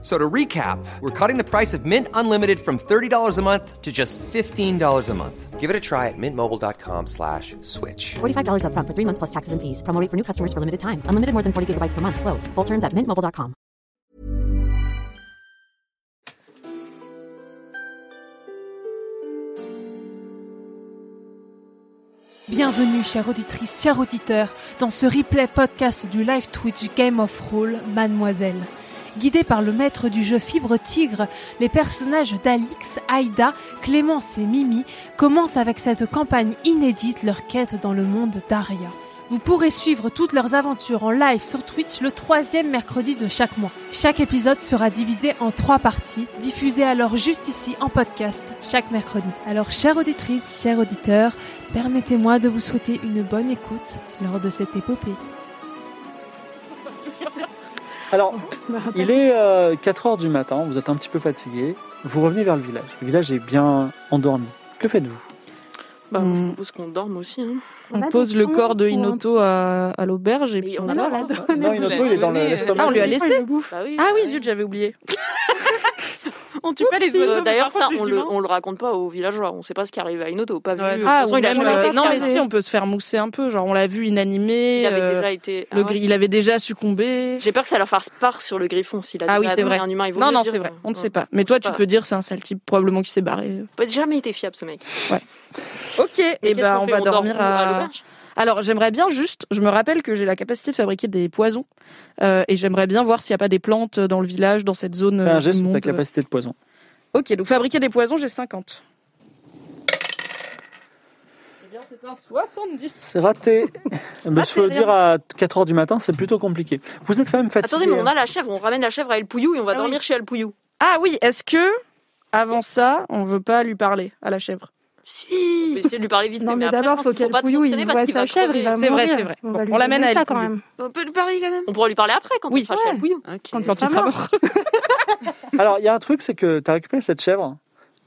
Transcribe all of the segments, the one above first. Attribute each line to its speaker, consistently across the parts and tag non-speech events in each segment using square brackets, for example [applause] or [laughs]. Speaker 1: So to recap, we're cutting the price of Mint Unlimited from $30 a month to just $15 a month. Give it a try at mintmobile.com slash switch.
Speaker 2: $45 upfront for three months plus taxes and fees. Promo rate for new customers for limited time. Unlimited more than 40 gigabytes per month. Slows. Full terms at mintmobile.com.
Speaker 3: Bienvenue, chères auditrices, chers auditeurs, dans ce replay podcast du live Twitch Game of Roll Mademoiselle. Guidés par le maître du jeu Fibre Tigre, les personnages d'Alix, Aïda, Clémence et Mimi commencent avec cette campagne inédite leur quête dans le monde d'Aria. Vous pourrez suivre toutes leurs aventures en live sur Twitch le troisième mercredi de chaque mois. Chaque épisode sera divisé en trois parties, diffusées alors juste ici en podcast chaque mercredi. Alors, chères auditrices, chers auditeurs, Permettez-moi de vous souhaiter une bonne écoute lors de cette épopée.
Speaker 4: Alors, il est 4h du matin, vous êtes un petit peu fatigué. Vous revenez vers le village. Le village est bien endormi. Que faites-vous
Speaker 5: Bah,
Speaker 6: Hmm.
Speaker 5: Je propose qu'on dorme aussi. Hein.
Speaker 6: On
Speaker 7: va
Speaker 6: pose le
Speaker 7: descendre
Speaker 6: corps de
Speaker 7: pour un-
Speaker 6: Inoto à, à l'auberge et
Speaker 5: Mais
Speaker 6: puis
Speaker 5: on
Speaker 6: on
Speaker 5: a
Speaker 6: va.
Speaker 5: pas-
Speaker 7: Alors, la donne.
Speaker 4: Non,
Speaker 5: il
Speaker 4: Inoto,
Speaker 5: est
Speaker 4: il est dans le- l'estomac.
Speaker 6: Ah, on lui a laissé
Speaker 5: Bah oui,
Speaker 6: Ah oui,
Speaker 5: bah
Speaker 6: zut, j'avais oublié.
Speaker 7: On tue pas les oiseaux.
Speaker 5: Euh,
Speaker 7: mais
Speaker 5: D'ailleurs,
Speaker 7: par
Speaker 5: ça,
Speaker 7: contre, les
Speaker 5: on le,
Speaker 7: humains.
Speaker 5: on le raconte pas aux villageois. On sait pas ce qui arrive à Inoto. Pas vu.
Speaker 6: Ouais.
Speaker 5: De toute
Speaker 6: Ah,
Speaker 5: façon,
Speaker 6: ou
Speaker 5: il a
Speaker 6: même,
Speaker 5: jamais
Speaker 6: euh,
Speaker 5: été
Speaker 6: non, mais
Speaker 5: fermé.
Speaker 6: si, on peut se faire mousser un peu. Genre, on l'a vu inanimé.
Speaker 5: Il avait
Speaker 6: euh,
Speaker 5: déjà été.
Speaker 6: le
Speaker 5: Ah ouais.
Speaker 6: gri- Il avait déjà succombé.
Speaker 5: J'ai peur que ça leur fasse part sur le griffon s'il a
Speaker 6: Ah oui,
Speaker 5: déjà
Speaker 6: c'est
Speaker 5: adoré
Speaker 6: vrai.
Speaker 5: un humain. Il vaut
Speaker 6: Non,
Speaker 5: mieux
Speaker 6: non,
Speaker 5: dire,
Speaker 6: c'est vrai.
Speaker 5: euh,
Speaker 6: On ne
Speaker 5: ouais.
Speaker 6: sait pas. Mais toi, tu
Speaker 5: pas.
Speaker 6: peux dire c'est un sale type, probablement qui s'est barré.
Speaker 5: Il a jamais été fiable ce mec.
Speaker 6: Ok, et
Speaker 5: qu'est-ce
Speaker 6: ben
Speaker 5: qu'on
Speaker 6: on
Speaker 5: fait
Speaker 6: va
Speaker 5: dort
Speaker 6: dormir
Speaker 5: où
Speaker 6: à.
Speaker 5: l'auberge
Speaker 6: Alors, j'aimerais bien juste. Je me rappelle que j'ai la capacité de fabriquer des poisons. euh, et j'aimerais bien voir s'il n'y a pas des plantes dans le village, dans cette zone.
Speaker 4: Fais
Speaker 6: euh,
Speaker 4: un geste sur ta
Speaker 6: immonde.
Speaker 4: capacité de poison.
Speaker 6: Ok, donc fabriquer des poisons, j'ai 50. Eh bien, c'est un 70.
Speaker 4: C'est [laughs] raté. Mais je
Speaker 6: Ah, c'est
Speaker 4: veux
Speaker 6: rien.
Speaker 4: dire, à 4h du matin, c'est plutôt compliqué. Vous êtes quand même fatigué.
Speaker 5: Attendez, mais on
Speaker 4: hein.
Speaker 5: a la chèvre. On ramène la chèvre à El Pouillou et on va
Speaker 6: Ah oui.
Speaker 5: dormir chez El Pouillou.
Speaker 6: Ah oui, est-ce que avant ça, on veut pas lui parler à la chèvre
Speaker 5: Si. essayer de lui parler vite.
Speaker 7: Non, mais,
Speaker 5: après, je
Speaker 7: d'abord,
Speaker 5: pense
Speaker 7: faut
Speaker 5: qu'il
Speaker 7: qu'elle
Speaker 5: pas trop
Speaker 7: pouillou,
Speaker 5: traîner
Speaker 7: il
Speaker 5: parce
Speaker 7: voit
Speaker 5: qu'il
Speaker 7: sa
Speaker 5: va
Speaker 7: chèvre,
Speaker 5: crever.
Speaker 7: il va
Speaker 6: C'est vrai,
Speaker 7: mourir.
Speaker 6: c'est vrai.
Speaker 7: On,
Speaker 6: Bon,
Speaker 7: va lui
Speaker 6: on l'amène
Speaker 7: donner
Speaker 6: à
Speaker 7: ça,
Speaker 6: elle,
Speaker 7: quand
Speaker 6: pouillou.
Speaker 7: même.
Speaker 5: On peut lui parler quand même. On pourra lui parler après quand
Speaker 6: Oui.
Speaker 5: on sera chez El Pouillou.
Speaker 6: Quand
Speaker 7: il sera
Speaker 6: mort.
Speaker 4: Alors, il y a un truc, c'est que tu as récupéré cette chèvre,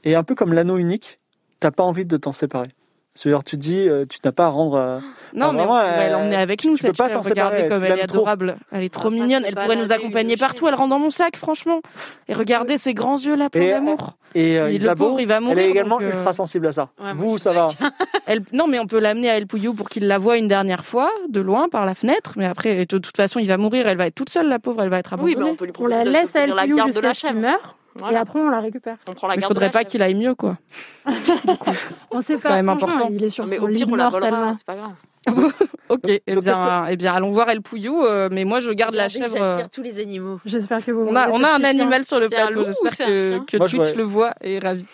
Speaker 4: et un peu comme l'anneau unique, t'as pas envie de t'en séparer. C'est-à-dire, tu dis, euh, tu n'as pas à rendre. euh,
Speaker 6: Non,
Speaker 4: Ah,
Speaker 6: mais on
Speaker 4: vraiment,
Speaker 6: pourrait
Speaker 4: elle-
Speaker 6: l'emmener avec nous,
Speaker 4: tu peux
Speaker 6: cette
Speaker 4: pas
Speaker 6: chèvre.
Speaker 4: t'en séparer,
Speaker 6: Regardez
Speaker 4: tu
Speaker 6: comme elle est
Speaker 4: l'aimes trop.
Speaker 6: adorable. Elle est
Speaker 5: Ah,
Speaker 6: trop
Speaker 5: parce
Speaker 6: mignonne.
Speaker 5: que
Speaker 6: Elle pourrait nous
Speaker 5: balader
Speaker 6: accompagner
Speaker 5: le chien.
Speaker 6: partout. Elle rentre dans mon sac, franchement. Et regardez ces grands yeux là, plein
Speaker 4: Et-
Speaker 6: d'amour.
Speaker 4: Et euh,
Speaker 6: Il- Le
Speaker 4: Islabo,
Speaker 6: pauvre, il va mourir.
Speaker 4: elle est également
Speaker 6: donc, euh,
Speaker 4: ultra sensible à ça.
Speaker 5: Ouais, moi,
Speaker 4: Vous,
Speaker 5: je
Speaker 4: ça va.
Speaker 6: Elle- Non, mais on peut l'amener à El Pouillou pour qu'il la voie une dernière fois, de loin, par la fenêtre. Mais après, de toute façon, il va mourir. Elle va être toute seule, la pauvre. Elle va être
Speaker 5: Oui, mais
Speaker 6: abandonnée.
Speaker 5: on peut lui
Speaker 7: On
Speaker 5: proposer
Speaker 7: la
Speaker 5: de- de
Speaker 7: laisse à elle
Speaker 5: tenir la
Speaker 7: pouillou
Speaker 5: garde de la
Speaker 7: jusqu'à ce qu'il
Speaker 5: chèvre.
Speaker 7: meurt. Et
Speaker 5: Voilà.
Speaker 7: après, on la récupère.
Speaker 5: On prend la
Speaker 6: Mais
Speaker 5: garde. de
Speaker 6: faudrait
Speaker 5: la
Speaker 6: pas
Speaker 5: chèvre.
Speaker 6: qu'il aille mieux, quoi.
Speaker 7: On sait
Speaker 6: quand
Speaker 7: pas.
Speaker 6: même
Speaker 7: franchement,
Speaker 6: important.
Speaker 7: Il est sur
Speaker 5: Non, Mais
Speaker 7: son
Speaker 5: au
Speaker 7: lit
Speaker 5: pire, on la
Speaker 7: mort
Speaker 5: volera.
Speaker 7: tellement.
Speaker 5: C'est pas grave.
Speaker 6: Ok, eh bien,
Speaker 4: Donc, est-ce
Speaker 6: eh bien, allons voir El Pouillou, euh, mais moi je garde la chèvre. euh,
Speaker 8: tous les animaux.
Speaker 7: J'espère que vous.
Speaker 6: On a,
Speaker 7: voyez
Speaker 6: on
Speaker 7: ce
Speaker 6: a un
Speaker 7: petit
Speaker 6: animal sur le
Speaker 5: C'est un
Speaker 6: plateau,
Speaker 5: loup ou
Speaker 6: j'espère
Speaker 5: c'est un
Speaker 6: que,
Speaker 5: chien
Speaker 6: que
Speaker 4: Moi, je
Speaker 6: Twitch
Speaker 4: vois-
Speaker 6: le voit et est ravi.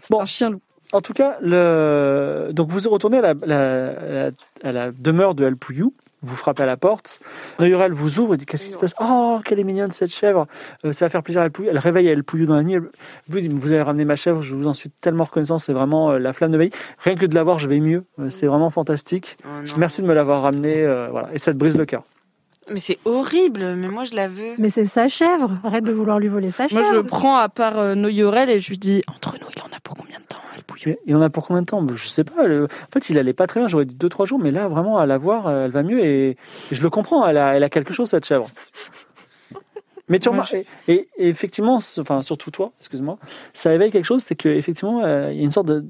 Speaker 6: C'est
Speaker 4: Bon.
Speaker 6: un chien loup.
Speaker 4: En tout cas, le... donc vous retournez à la, la- la- à la demeure de Alpouyou, vous frappez à la porte, Réurel vous ouvre et dit qu'est-ce qui se passe Oh, quelle est mignonne cette chèvre Euh, Ça va faire plaisir à Alpouyou. Elle réveille Alpouyou dans la nuit, elle vous dit vous avez ramené ma chèvre, je vous en suis tellement reconnaissant, c'est vraiment euh, la flamme de veille. Rien que de l'avoir, je vais mieux, Euh, c'est vraiment fantastique. Merci de me l'avoir ramenée, euh, voilà. et ça te brise le cœur.
Speaker 8: Mais c'est horrible, mais moi je la veux.
Speaker 7: Mais c'est sa chèvre. Arrête de vouloir lui voler sa
Speaker 6: Moi
Speaker 7: chèvre.
Speaker 6: je prends à part euh, Noyorel et je lui dis entre nous, il en a pour combien de temps El Pouillou
Speaker 4: Et on a pour combien de temps Je sais pas. le- En fait, il allait pas très bien, j'aurais dit 2-3 jours, mais là, vraiment, à la voir, euh, elle va mieux et, et je le comprends, elle a, elle a quelque chose, cette
Speaker 6: [laughs]
Speaker 4: chèvre. Mais tu
Speaker 6: Moi,
Speaker 4: remarques, et, et- et effectivement, ce- enfin, surtout toi, excuse-moi, ça éveille quelque chose, c'est qu'effectivement, il y a une sorte de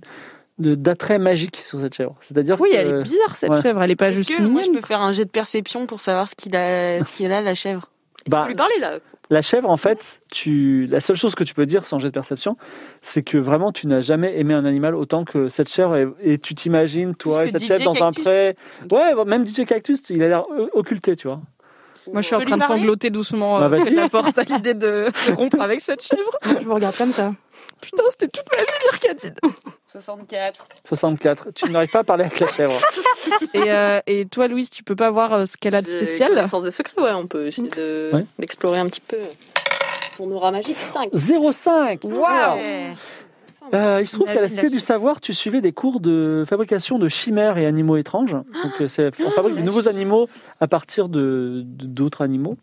Speaker 4: de- d'attrait magique sur cette chèvre. C'est-à-dire
Speaker 6: Oui,
Speaker 4: que
Speaker 6: elle est bizarre cette
Speaker 4: Euh, ouais.
Speaker 6: chèvre, elle est pas
Speaker 8: Est-ce
Speaker 6: juste
Speaker 8: que
Speaker 6: mignonne.
Speaker 8: moi je peux faire un jet de perception pour savoir ce qu'il a, ce qu'il a la chèvre
Speaker 4: bah,
Speaker 5: Lui parler là.
Speaker 4: la chèvre, en fait, tu, la seule chose que tu peux dire sans jet de perception, c'est que vraiment, tu n'as jamais aimé un animal autant que cette chèvre et, et tu t'imagines, toi
Speaker 8: Plus
Speaker 4: et
Speaker 8: que
Speaker 4: cette
Speaker 8: DJ
Speaker 4: chèvre dans un
Speaker 8: Cactus.
Speaker 4: pré. Ouais, bon, même DJ Cactus, il a l'air euh, occulté, tu vois.
Speaker 6: Moi je suis en
Speaker 8: Peut
Speaker 6: train
Speaker 8: lui
Speaker 6: de
Speaker 8: parler
Speaker 6: sangloter doucement
Speaker 4: Bah,
Speaker 6: euh, près de
Speaker 4: vas-y.
Speaker 6: la porte à l'idée de, [laughs] de rompre avec cette chèvre.
Speaker 7: Je vous regarde comme ça.
Speaker 6: Putain, c'était toute ma vie, Mercadine.
Speaker 8: 64.
Speaker 4: 64. Tu n'arrives pas à parler avec la chèvre.
Speaker 6: Et, euh, et toi, Louise, tu peux pas voir euh, ce qu'elle a de spécial
Speaker 5: Sens des secrets, ouais. On peut essayer de-
Speaker 4: Ouais.
Speaker 5: d'explorer un petit peu son aura magique. 5.
Speaker 4: 0,5
Speaker 8: Waouh
Speaker 4: Euh, il se trouve
Speaker 6: La-
Speaker 4: qu'à la
Speaker 6: la
Speaker 4: Cité du
Speaker 6: chimère.
Speaker 4: Savoir, tu suivais des cours de fabrication de chimères et animaux étranges. Donc, euh, c'est- on
Speaker 5: Ah,
Speaker 4: fabrique de nouveaux animaux à partir de- de- d'autres animaux.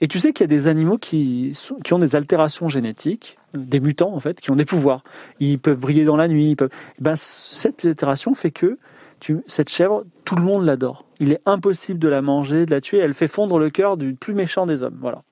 Speaker 4: Et tu sais qu'il y a des animaux qui, sont- qui ont des altérations génétiques, euh, des mutants en fait, qui ont des pouvoirs. Ils peuvent briller dans la nuit. Ils peuvent... Eh ben, c- cette altération fait que tu, cette chèvre, tout le monde l'adore. Il est impossible de la manger, de la tuer. Elle fait fondre le cœur du plus méchant des hommes. Voilà.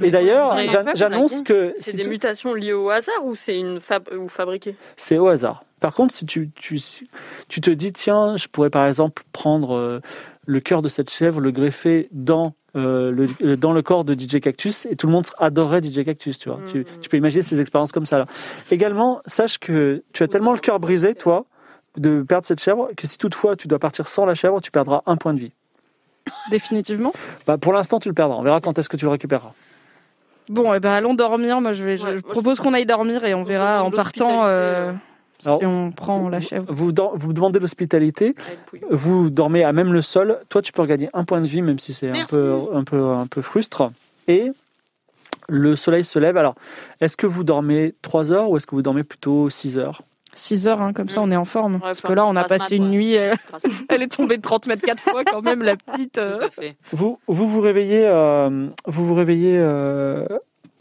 Speaker 4: Et d'ailleurs,
Speaker 5: faudrait
Speaker 4: j'an-
Speaker 5: pas qu'on la
Speaker 4: j'annonce
Speaker 5: gagne.
Speaker 4: que
Speaker 5: C'est
Speaker 4: si
Speaker 5: des
Speaker 4: tu-
Speaker 5: mutations liées au hasard ou c'est une fab ou fabriquée
Speaker 4: c'est au hasard. Par contre, si tu, tu, si tu te dis, tiens, je pourrais par exemple prendre euh, le cœur de cette chèvre, le greffer dans, euh, le, euh, dans le corps de DJ Cactus, et tout le monde adorerait DJ Cactus, tu vois. Tu, tu peux imaginer ces expériences comme ça. Là. Également, sache que tu as tellement le cœur brisé, toi, de perdre cette chèvre, que si toutefois tu dois partir sans la chèvre, tu perdras un point de vie.
Speaker 6: définitivement.
Speaker 4: Bah, pour l'instant, tu le perdras. On verra quand est-ce que tu le récupéreras.
Speaker 6: Bon, et ben allons dormir. Moi, je, vais, je
Speaker 5: Ouais, moi, je-
Speaker 6: propose qu'on aille dormir et on
Speaker 5: On
Speaker 6: verra en
Speaker 5: demande
Speaker 6: partant euh,
Speaker 5: l'hospitalité,
Speaker 6: si
Speaker 4: Alors,
Speaker 6: on prend la chèvre.
Speaker 4: Vous, vous, dor- vous demandez l'hospitalité.
Speaker 5: à El [laughs] Pouillou
Speaker 4: Vous dormez à même le sol. Toi, tu peux regagner un point de vie, même si c'est un
Speaker 8: Merci.
Speaker 4: peu, un, peu, un peu frustre. Et le soleil se lève. Alors, est-ce que vous dormez 3 heures ou est-ce que vous dormez plutôt 6 heures
Speaker 6: 6 heures, hein, comme ça, on est en forme.
Speaker 5: Mm.
Speaker 6: Parce
Speaker 5: enfin,
Speaker 6: que là, on a
Speaker 5: grâce
Speaker 6: passé
Speaker 5: mat,
Speaker 6: une
Speaker 5: ouais.
Speaker 6: nuit. euh, [laughs]
Speaker 5: grâce à- Tout
Speaker 6: elle est tombée de 30 mètres 4 fois, quand même, la petite. euh.
Speaker 5: [laughs] à fait.
Speaker 4: vous, vous vous réveillez, euh, vous vous réveillez euh,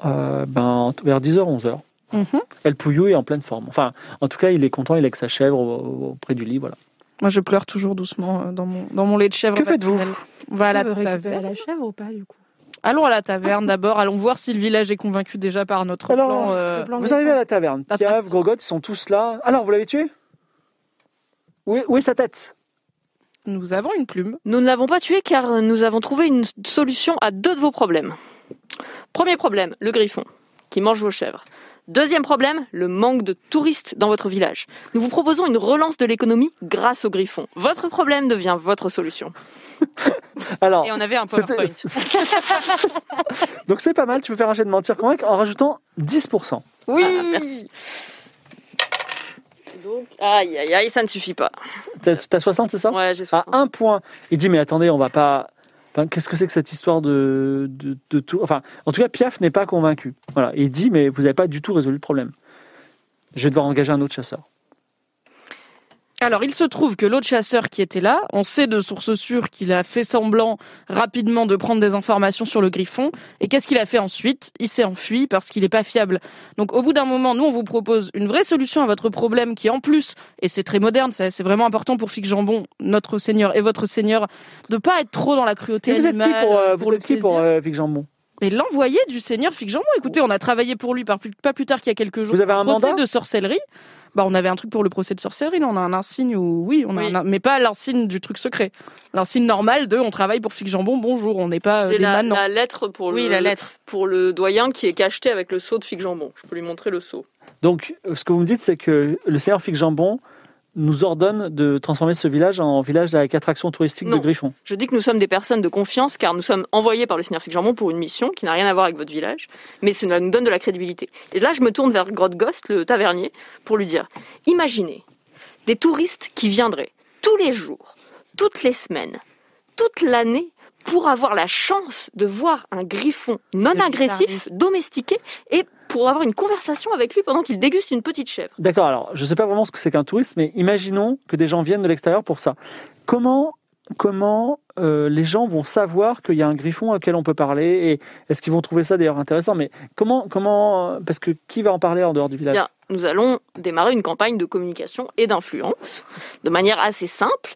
Speaker 4: euh, ben, vers 10 heures, 11 heures.
Speaker 6: Mhm.
Speaker 4: El Pouillou est en pleine forme. Enfin, en tout cas, il est content, il est avec sa chèvre au- au- auprès du lit. Voilà.
Speaker 6: Moi, je pleure toujours doucement euh, dans mon, dans mon lait de chèvre.
Speaker 4: Que faites-vous
Speaker 6: maternel. On bah, va à la
Speaker 7: On peut récupérer
Speaker 6: taverne.
Speaker 7: la chèvre ou pas, du coup
Speaker 6: Allons à la taverne d'abord. Allons voir si le village est convaincu déjà par notre
Speaker 4: Alors,
Speaker 6: plan. euh,
Speaker 7: Le plan
Speaker 4: Vous
Speaker 7: méchant.
Speaker 4: arrivez à la taverne.
Speaker 6: La
Speaker 4: Piaf,
Speaker 6: tradition.
Speaker 4: Grogotte, ils sont tous là. Alors, vous l'avez tué où est, où est sa tête
Speaker 6: Nous avons une plume.
Speaker 5: Nous ne l'avons pas tué car nous avons trouvé une solution à deux de vos problèmes. Premier problème, le griffon, qui mange vos chèvres. Deuxième problème, le manque de touristes dans votre village. Nous vous proposons une relance de l'économie grâce au griffon. Votre problème devient votre solution.
Speaker 4: Alors,
Speaker 8: Et on avait un PowerPoint.
Speaker 4: C'était- [laughs] Donc c'est pas mal, tu peux faire un jet de mentir convaincre en rajoutant 10%.
Speaker 5: Oui Ah, Merci. Donc, aïe, aïe, aïe, ça ne suffit pas.
Speaker 4: T'as t'as 60, c'est ça
Speaker 5: Ouais, j'ai
Speaker 4: À
Speaker 5: 60.
Speaker 4: un point. Il dit, mais attendez, on va pas... Enfin, Qu'est-ce que c'est que cette histoire de, de, de tout Enfin, en tout cas, Piaf n'est pas convaincu. Voilà, il dit, mais vous n'avez pas du tout résolu le problème. Je vais devoir engager un autre chasseur.
Speaker 6: Alors, il se trouve que l'autre chasseur qui était là, on sait de sources sûres qu'il a fait semblant rapidement de prendre des informations sur le griffon. Et qu'est-ce qu'il a fait ensuite Il s'est enfui parce qu'il n'est pas fiable. Donc, au bout d'un moment, nous, on vous propose une vraie solution à votre problème qui, en plus, et c'est très moderne, ça, c'est vraiment important pour Fix Jambon, notre seigneur et votre seigneur, de pas être trop dans la cruauté
Speaker 4: Et vous êtes qui
Speaker 6: animale.
Speaker 4: pour, euh, vous
Speaker 6: vous
Speaker 4: êtes qui
Speaker 6: êtes
Speaker 4: pour euh, Vic Jambon
Speaker 6: Mais l'envoyé du seigneur Fix Jambon, écoutez, on a travaillé pour lui par plus- pas plus tard qu'il y a quelques jours.
Speaker 4: Vous avez un
Speaker 6: procès
Speaker 4: mandat
Speaker 6: de sorcellerie. Bah, on avait un truc pour le procès de sorcellerie. Là, on a un insigne où, oui, on a
Speaker 8: Oui.
Speaker 6: un in- mais pas l'insigne du truc secret. L'insigne normal de on travaille pour Fix Jambon, bonjour, on n'est pas euh,
Speaker 5: J'ai
Speaker 6: des
Speaker 5: la,
Speaker 6: manants.
Speaker 5: la lettre pour,
Speaker 8: Oui,
Speaker 5: le,
Speaker 8: la lettre.
Speaker 5: pour le doyen qui est cacheté avec le seau de figue jambon. Je peux lui montrer le seau.
Speaker 4: Donc, euh, ce que vous me dites, c'est que le seigneur Fix Jambon nous ordonne de transformer ce village en village avec attraction touristique
Speaker 5: Non.
Speaker 4: de Griffon.
Speaker 5: Je dis que nous sommes des personnes de confiance car nous sommes envoyés par le Seigneur Fic Jambon pour une mission qui n'a rien à voir avec votre village, mais cela nous donne de la crédibilité. Et là, je me tourne vers Grodgost, le tavernier, pour lui dire Imaginez des touristes qui viendraient tous les jours, toutes les semaines, toute l'année pour avoir la chance de voir un griffon non
Speaker 8: Le
Speaker 5: agressif, domestiqué, et pour avoir une conversation avec lui pendant qu'il déguste une petite chèvre.
Speaker 4: D'accord, alors je ne sais pas vraiment ce que c'est qu'un touriste, mais imaginons que des gens viennent de l'extérieur pour ça. Comment, comment euh, les gens vont savoir qu'il y a un griffon auquel on peut parler Et est-ce qu'ils vont trouver ça d'ailleurs intéressant Mais comment, comment euh, Parce que qui va en parler en dehors du village
Speaker 5: Bien, nous allons démarrer une campagne de communication et d'influence de manière assez simple.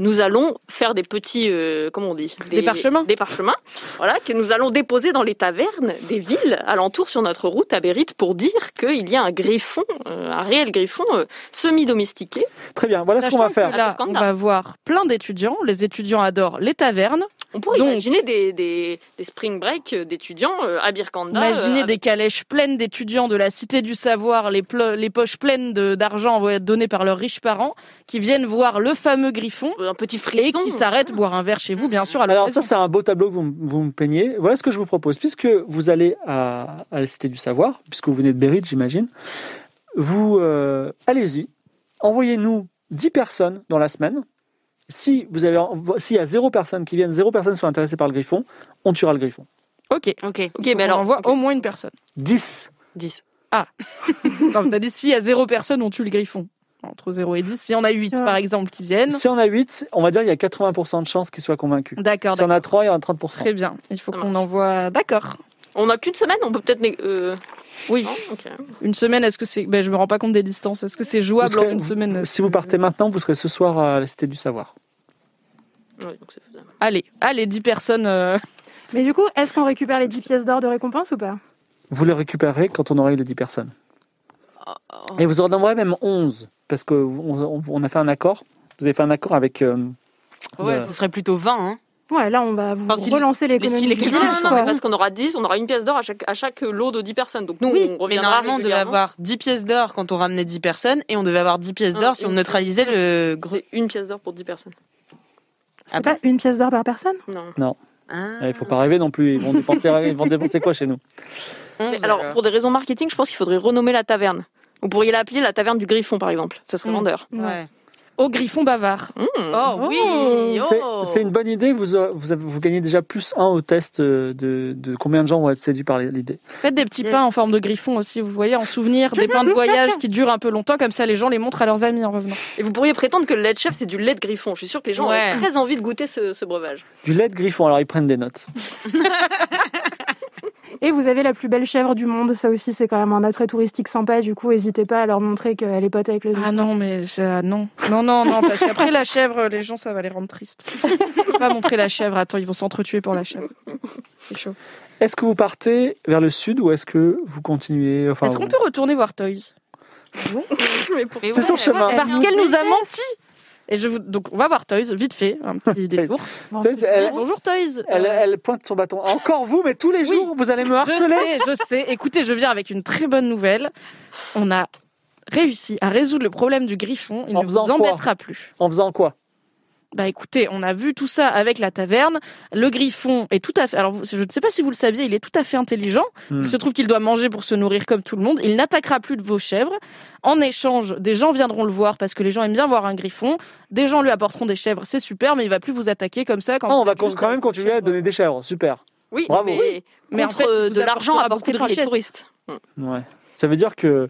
Speaker 5: Nous allons faire des petits, euh, comment on dit
Speaker 6: Des parchemins.
Speaker 5: Des parchemins, voilà, que nous allons déposer dans les tavernes des villes alentour sur notre route à Bérite pour dire qu'il y a un griffon, euh, un réel griffon euh, semi-domestiqué.
Speaker 4: Très bien, voilà ce qu'on va
Speaker 6: Sachant que
Speaker 4: faire.
Speaker 6: Là,
Speaker 5: Avec
Speaker 6: on
Speaker 5: Kanda.
Speaker 6: va voir plein d'étudiants. Les étudiants adorent les tavernes.
Speaker 5: On pourrait
Speaker 6: Donc.
Speaker 5: imaginer des, des, des spring break euh, d'étudiants euh, à
Speaker 8: Ah,
Speaker 5: Birkanda.
Speaker 6: Imaginez
Speaker 5: euh,
Speaker 6: des calèches pleines d'étudiants de la Cité du Savoir, les, ple- les poches pleines de- d'argent ouais, donné par leurs riches parents, qui viennent voir le fameux griffon
Speaker 5: avec, euh, un petit
Speaker 6: et
Speaker 5: frisson.
Speaker 6: qui s'arrêtent boire un verre chez vous, bien sûr. à la
Speaker 4: Alors
Speaker 6: maison.
Speaker 4: ça c'est un beau tableau que vous, m- vous me peignez. Voilà ce que je vous propose. Puisque vous allez à, à la Cité du Savoir, puisque vous venez de Béride j'imagine, vous euh, allez-y, envoyez-nous 10 personnes dans la semaine. Si vous avez, s'il y a zéro personne qui viennent, zéro personne sont intéressées par le griffon, on tuera le griffon.
Speaker 6: Ok,
Speaker 8: Ok,
Speaker 5: Ok, mais
Speaker 6: on
Speaker 5: alors,
Speaker 6: envoie
Speaker 5: ok.
Speaker 6: [laughs] au moins une personne.
Speaker 4: 10.
Speaker 8: 10.
Speaker 6: Non, t'as dit s'il y a zéro personne, on tue le griffon. Entre 0 et 10, s'il y en a 8
Speaker 7: Ah.
Speaker 6: par exemple qui viennent.
Speaker 4: Si on a 8, on va dire il y a 80% de chances qu'ils soient convaincus.
Speaker 6: D'accord,
Speaker 4: Si on
Speaker 6: d'accord.
Speaker 4: a 3, il y en a 30%.
Speaker 6: Très bien. Il faut
Speaker 5: Ça
Speaker 6: qu'on
Speaker 5: marche.
Speaker 6: envoie. D'accord.
Speaker 5: On n'a qu'une semaine, on peut peut-être. né- euh,
Speaker 6: Oui.
Speaker 5: non Ok.
Speaker 6: Une semaine, est-ce que c'est. Ben, je me rends pas compte des distances. Est-ce que c'est jouable
Speaker 4: Vous serez-
Speaker 6: en une semaine euh,
Speaker 4: Si vous partez maintenant, vous serez ce soir à la Cité du Savoir.
Speaker 5: Oui, donc c'est faisable.
Speaker 6: Allez, allez, 10 personnes. euh,
Speaker 7: Mais du coup, est-ce qu'on récupère les 10 pièces d'or de récompense ou pas
Speaker 4: Vous les récupérez quand on aura eu les 10 personnes. Et vous en aurez même 11, parce qu'on on on a fait un accord. Vous avez fait un accord avec... euh,
Speaker 8: Ouais,
Speaker 4: le-
Speaker 8: ce serait plutôt 20. Hein.
Speaker 7: Ouais, là, on va vous
Speaker 8: Enfin, si-
Speaker 7: relancer l'économie.
Speaker 8: si les
Speaker 7: du
Speaker 8: calculs
Speaker 5: Non, non, non,
Speaker 7: village,
Speaker 5: non,
Speaker 7: quoi.
Speaker 5: mais parce qu'on aura 10, on aura une pièce d'or à chaque, à chaque lot de 10 personnes. Donc nous,
Speaker 7: Oui,
Speaker 5: on
Speaker 8: Mais
Speaker 5: reviendra.
Speaker 8: normalement, on devait
Speaker 5: régulièrement.
Speaker 8: avoir 10 pièces d'or quand on ramenait 10 personnes et on devait avoir 10 pièces
Speaker 5: Ah,
Speaker 8: d'or si on
Speaker 5: une-
Speaker 8: neutralisait le gros.
Speaker 5: C'est une pièce d'or pour 10 personnes.
Speaker 7: C'est pas une pièce d'or par personne
Speaker 5: Non.
Speaker 8: Ah,
Speaker 4: Il faut pas rêver non plus, ils vont dépenser, ils vont dépenser quoi chez nous
Speaker 8: onze,
Speaker 5: Mais alors,
Speaker 8: alors.
Speaker 5: pour des raisons marketing, je pense qu'il faudrait renommer la taverne. Vous pourriez l'appeler la taverne du griffon, par exemple. Ça serait
Speaker 6: Mm.
Speaker 5: vendeur.
Speaker 7: Non.
Speaker 8: Ouais.
Speaker 6: Au griffon bavard.
Speaker 5: Mm.
Speaker 8: Oh oui
Speaker 4: C'est-
Speaker 8: oh.
Speaker 4: C'est une bonne idée, vous, aurez- vous, avez- vous gagnez déjà plus 1 au test euh, de, de combien de gens vont être séduits par l'idée.
Speaker 6: Faites des petits
Speaker 8: Yes.
Speaker 6: pains en forme de griffon aussi, vous voyez, en souvenir. Des pains de voyage qui durent un peu longtemps, comme ça les gens les montrent à leurs amis en revenant.
Speaker 5: Et vous pourriez prétendre que le lait de chef, c'est du lait de griffon. Je suis sûr que les gens
Speaker 8: Ouais.
Speaker 5: auraient très envie de goûter ce, ce breuvage.
Speaker 4: Du lait de griffon, alors ils prennent des notes.
Speaker 7: Et vous avez la plus belle chèvre du monde, ça aussi c'est quand même un attrait touristique sympa, du coup n'hésitez pas à leur montrer qu'elle est pote avec le
Speaker 6: Ah non, mais ça, non. Non, non, non, parce qu'après la chèvre, les gens, ça va les rendre tristes. [laughs] Faut pas montrer la chèvre, attends, ils vont s'entretuer pour la chèvre. C'est chaud.
Speaker 4: Est-ce que vous partez vers le sud ou est-ce que vous continuez enfin,
Speaker 6: Est-ce qu'on
Speaker 4: vous-
Speaker 6: peut retourner voir Toys
Speaker 5: [laughs] Mais pour-
Speaker 8: Mais
Speaker 4: C'est son
Speaker 8: ouais,
Speaker 4: chemin.
Speaker 7: Elle
Speaker 6: Parce
Speaker 7: nous
Speaker 6: qu'elle nous a
Speaker 7: déteste.
Speaker 6: menti et je vous... Donc, on va voir Toys, vite fait,
Speaker 4: [laughs]
Speaker 6: un petit détour.
Speaker 4: Tu sais, Elle,
Speaker 6: Bonjour Toys
Speaker 4: elle- elle pointe son bâton. Encore vous, mais tous les
Speaker 6: Oui.
Speaker 4: jours, vous allez me
Speaker 6: Je
Speaker 4: harceler
Speaker 6: sais, je sais. Écoutez, je viens avec une très bonne nouvelle. On a réussi à résoudre le problème du griffon. Il
Speaker 4: En
Speaker 6: ne vous
Speaker 4: faisant quoi
Speaker 6: embêtera plus.
Speaker 4: En faisant quoi
Speaker 6: Bah écoutez, on a vu tout ça avec la taverne. Le griffon est tout à fait. Alors vous- je ne sais pas si vous le saviez, il est tout à fait intelligent.
Speaker 4: Hmm.
Speaker 6: Il se trouve qu'il doit manger pour se nourrir comme tout le monde. Il n'attaquera plus de vos chèvres. En échange, des gens viendront le voir parce que les gens aiment bien voir un griffon. Des gens lui apporteront des chèvres, c'est super, mais il va plus vous attaquer comme ça. Quand
Speaker 4: Ah, On
Speaker 6: vous
Speaker 4: va
Speaker 6: êtes juste
Speaker 4: quand même
Speaker 6: un
Speaker 4: continuer à
Speaker 6: chèvre.
Speaker 4: donner des chèvres, super.
Speaker 5: Oui,
Speaker 4: Bravo.
Speaker 5: mais,
Speaker 6: Mais en
Speaker 5: contre euh,
Speaker 6: fait, vous
Speaker 5: de
Speaker 6: apportez
Speaker 5: l'argent
Speaker 6: beaucoup de
Speaker 5: apporté par les
Speaker 6: richesses.
Speaker 5: touristes.
Speaker 4: Ouais. Ça veut dire que,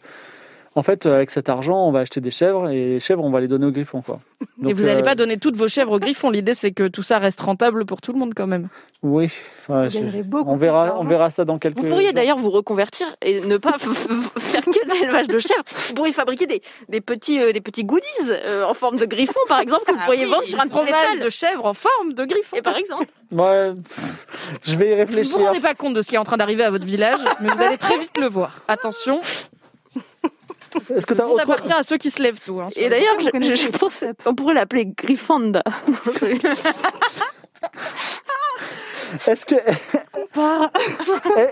Speaker 4: en fait, euh, avec cet argent, on va acheter des chèvres et les chèvres, on va les donner au griffon. Quoi.
Speaker 6: et
Speaker 4: Donc,
Speaker 6: vous n'allez
Speaker 4: euh,
Speaker 6: pas donner toutes vos chèvres au griffon. L'idée, c'est que tout ça reste rentable pour tout le monde quand même.
Speaker 4: Oui, enfin,
Speaker 7: Vous
Speaker 4: je-
Speaker 7: gagnerez beaucoup hein.
Speaker 4: on,
Speaker 7: plus
Speaker 4: verra, on
Speaker 7: d'argent.
Speaker 4: verra ça dans quelques
Speaker 5: Vous pourriez
Speaker 4: jours.
Speaker 5: d'ailleurs vous reconvertir et ne pas f- f- faire que de l'élevage de chèvres. Vous pourriez fabriquer des, des petits, euh, des petits goodies euh, en forme de griffon, par exemple, que vous
Speaker 8: Ah
Speaker 5: pourriez
Speaker 8: oui,
Speaker 5: vendre sur un
Speaker 6: Fromage
Speaker 5: fromage.
Speaker 6: de chèvre en forme de griffon.
Speaker 5: Et par exemple,
Speaker 4: Ouais, pff, je vais y
Speaker 6: Vous vous
Speaker 4: réfléchir.
Speaker 6: rendez pas compte de ce qui est en train d'arriver à votre village, mais vous allez très vite le voir. Attention,
Speaker 4: Est-ce que
Speaker 6: le
Speaker 4: t'as
Speaker 6: monde
Speaker 4: autre...
Speaker 6: appartient à ceux qui se lèvent tout. hein, sur
Speaker 5: et
Speaker 6: le-
Speaker 5: d'ailleurs,
Speaker 7: vous
Speaker 5: je,
Speaker 7: connaissez
Speaker 5: je- je
Speaker 7: le
Speaker 5: pense qu'on pourrait l'appeler Griffonda.
Speaker 4: Est-ce que, [laughs] Eh,
Speaker 7: Par-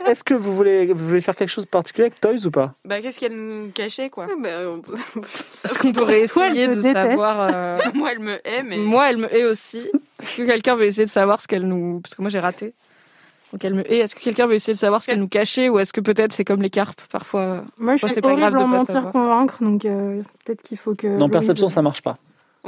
Speaker 4: est-ce que vous, voulez, vous voulez faire quelque chose de particulier avec Toys ou pas
Speaker 8: Bah, qu'est-ce qu'elle nous cachait, quoi
Speaker 5: Mais, euh, on peut-
Speaker 6: Est-ce qu'on peut réessayer
Speaker 7: Toi, elle
Speaker 6: de
Speaker 7: te déteste.
Speaker 6: savoir euh, [laughs]
Speaker 8: Moi, elle me hait, mais.
Speaker 6: Moi, elle me hait aussi. Est-ce que quelqu'un veut essayer de savoir ce qu'elle nous... Parce que moi, j'ai raté. Donc elle me hait. Est-ce que quelqu'un veut essayer de savoir ce qu'elle nous cachait ou est-ce que peut-être c'est comme les carpes parfois
Speaker 7: Moi je
Speaker 6: Bon,
Speaker 7: suis
Speaker 6: c'est pas grave
Speaker 7: horrible
Speaker 6: de
Speaker 7: en
Speaker 6: pas
Speaker 7: mentir
Speaker 6: savoir.
Speaker 7: convaincre, donc euh, peut-être qu'il faut que...
Speaker 4: Non,
Speaker 7: Louise-
Speaker 4: perception, ça marche pas.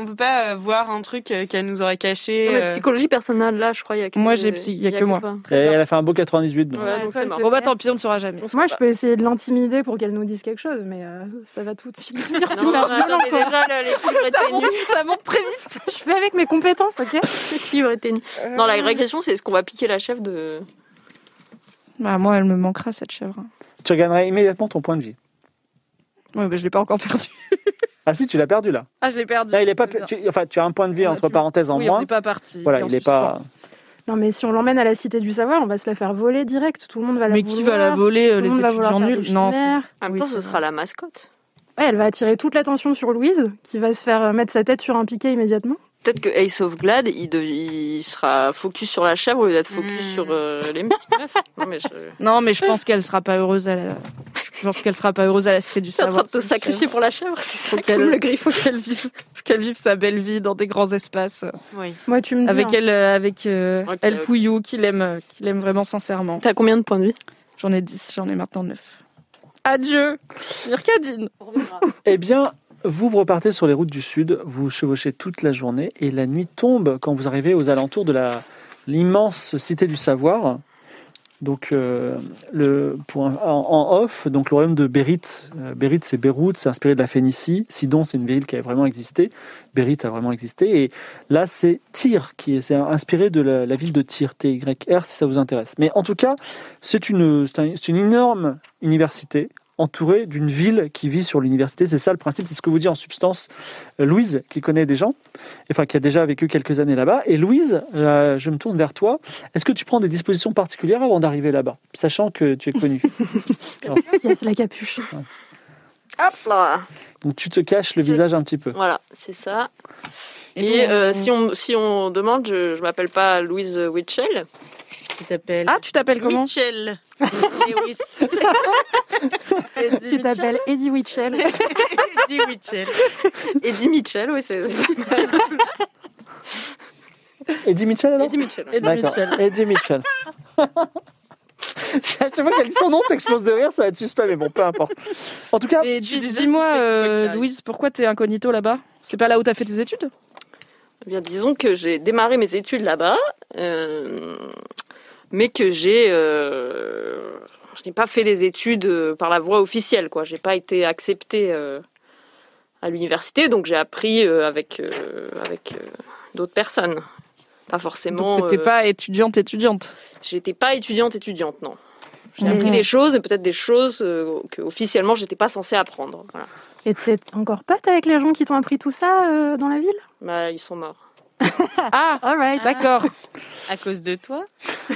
Speaker 8: On peut pas euh, voir un truc euh, qu'elle nous aurait caché.
Speaker 5: Ouais,
Speaker 8: euh,
Speaker 5: Psychologie personnelle, là, je crois, il y a que
Speaker 6: Moi, j'ai psy, il y a que moi.
Speaker 5: toi.
Speaker 4: Et elle a fait un beau 98. donc.
Speaker 5: Ouais, donc c'est marrant.
Speaker 6: Bon bah tant pis, on ne saura
Speaker 7: [laughs]
Speaker 6: jamais.
Speaker 5: On se
Speaker 7: Moi
Speaker 5: bat.
Speaker 7: je peux essayer de l'intimider pour qu'elle nous dise quelque chose, mais euh, ça va tout de
Speaker 5: [laughs]
Speaker 7: suite
Speaker 5: Non,
Speaker 7: finir
Speaker 5: non,
Speaker 7: super
Speaker 5: non,
Speaker 7: violent,
Speaker 5: mais
Speaker 7: quoi.
Speaker 5: déjà, là, l'équilibre est
Speaker 6: Ça
Speaker 5: ténu.
Speaker 6: monte, ça monte très vite.
Speaker 7: Je fais avec mes compétences, ok
Speaker 5: L'équilibre est ténu. Non, la vraie question, c'est est-ce qu'on va piquer la chef de.
Speaker 6: Bah moi, elle me manquera cette chèvre.
Speaker 4: Tu gagnerais immédiatement ton point de vie.
Speaker 6: Oui, mais je l'ai pas encore perdu.
Speaker 4: Ah si, tu l'as perdu là.
Speaker 6: Ah, je l'ai perdu.
Speaker 4: Là, il est pas,
Speaker 6: Bien.
Speaker 4: tu, enfin, tu as un point de vie
Speaker 6: On a
Speaker 4: entre
Speaker 6: plus-
Speaker 4: parenthèses en
Speaker 6: Oui, on
Speaker 4: moins.
Speaker 6: n'est pas parti.
Speaker 4: Voilà, il
Speaker 6: est
Speaker 4: est pas.
Speaker 7: Non mais si on l'emmène à la Cité du Savoir, on va se la faire voler direct, tout le monde va la
Speaker 6: Mais
Speaker 7: vouloir.
Speaker 6: qui va la voler euh,
Speaker 7: Tout le
Speaker 6: les
Speaker 7: monde va vouloir
Speaker 6: étudiants
Speaker 7: faire
Speaker 6: nuls
Speaker 7: des
Speaker 6: Non, c'est-
Speaker 7: chimères.
Speaker 5: En même
Speaker 6: Oui,
Speaker 5: temps,
Speaker 6: c'est
Speaker 5: ce
Speaker 6: vrai.
Speaker 5: sera la mascotte.
Speaker 7: Ouais, elle va attirer toute l'attention sur Louise, qui va se faire euh, mettre sa tête sur un piquet immédiatement.
Speaker 5: Peut-être que Ace of Glad, il, dev- il sera focus sur la chèvre au lieu d'être focus
Speaker 8: Mm.
Speaker 5: sur euh, les mecs. Bref. Non, mais je-
Speaker 6: non, mais je pense qu'elle sera pas heureuse à la. Je pense qu'elle sera pas heureuse à la cité du
Speaker 5: T'es en train
Speaker 6: savoir.
Speaker 5: de te
Speaker 6: cette
Speaker 5: sacrifier pour la chèvre, c'est ça
Speaker 6: Faut qu'elle-
Speaker 5: comme le griffon.
Speaker 6: chèvre. Qu'elle vive, qu'elle vive sa belle vie dans des grands espaces euh,
Speaker 8: Oui.
Speaker 7: Moi, tu me dis.
Speaker 6: avec
Speaker 7: hein.
Speaker 6: elle, euh, avec euh,
Speaker 5: Ok,
Speaker 6: elle
Speaker 5: ok.
Speaker 6: Pouillou, qu'il aime, euh, qu'il aime vraiment sincèrement.
Speaker 5: T'as combien de points de vie
Speaker 6: J'en ai 10, j'en ai maintenant 9. Adieu, Mirkadine.
Speaker 4: Eh bien, vous repartez sur les routes du sud, vous chevauchez toute la journée et la nuit tombe quand vous arrivez aux alentours de la l'immense cité du savoir. Donc, euh, le, pour un- en, en off, donc le royaume de Bérite, euh, Bérite c'est Beyrouth, c'est inspiré de la Phénicie. Sidon, c'est une ville qui a vraiment existé. Bérite a vraiment existé. Et là, c'est Tyr qui est, c'est inspiré de la, la ville de Tyr, T-Y-R, si ça vous intéresse. Mais en tout cas, c'est une, c'est un- c'est une énorme université entourée d'une ville qui vit sur l'université. C'est ça le principe, c'est ce que vous dit en substance euh, Louise, qui connaît des gens, enfin qui a déjà vécu quelques années là-bas. Et Louise, euh, je me tourne vers toi. Est-ce que tu prends des dispositions particulières avant d'arriver là-bas, sachant que tu es connu
Speaker 7: [laughs] Yes, la capuche.
Speaker 5: Hop là
Speaker 4: Donc tu te caches le visage un petit peu.
Speaker 5: Voilà, c'est ça. Et euh, si, on, si on demande, je, je m'appelle pas Louise Witchell.
Speaker 8: Tu t'appelles.
Speaker 6: Ah, tu t'appelles comment
Speaker 8: Mitchell.
Speaker 7: Tu t'appelles Eddie Witchell.
Speaker 8: Dis Mitchell.
Speaker 5: Eddie Mitchell, oui, c'est c'est pas
Speaker 4: Eddie Mitchell alors
Speaker 5: Eddie Mitchell. hein. ouais.
Speaker 4: D'accord. Eddie Mitchell. [laughs] C'est à chaque fois qu'elle dit son nom, t'exploses de rire, ça va être suspect, mais bon, peu importe. En tout cas,
Speaker 6: Et
Speaker 8: Je suis
Speaker 6: dis-
Speaker 8: déjà
Speaker 6: dis-moi,
Speaker 8: suspecte,
Speaker 6: euh,
Speaker 8: Magda.
Speaker 6: Louise, pourquoi t'es incognito là-bas C'est pas là où t'as fait tes études
Speaker 5: Eh bien, disons que j'ai démarré mes études là-bas, euh, mais que j'ai, euh, je n'ai pas fait des études euh, par la voie officielle, quoi. J'ai pas été acceptée euh, à l'université, donc j'ai appris euh, avec euh, avec euh, d'autres personnes. Pas forcément.
Speaker 6: Donc t'étais
Speaker 5: euh,
Speaker 6: pas étudiante, étudiante.
Speaker 5: J'étais pas étudiante étudiante, non. J'ai
Speaker 6: Mhm.
Speaker 5: appris des choses, et peut-être des choses euh, que officiellement j'étais pas censée apprendre. Voilà.
Speaker 7: Et t'es encore pote avec les gens qui t'ont appris tout ça euh, dans la ville Bah,
Speaker 5: Bah, ils sont morts.
Speaker 6: Ah,
Speaker 7: Alright.
Speaker 6: d'accord.
Speaker 8: À cause de toi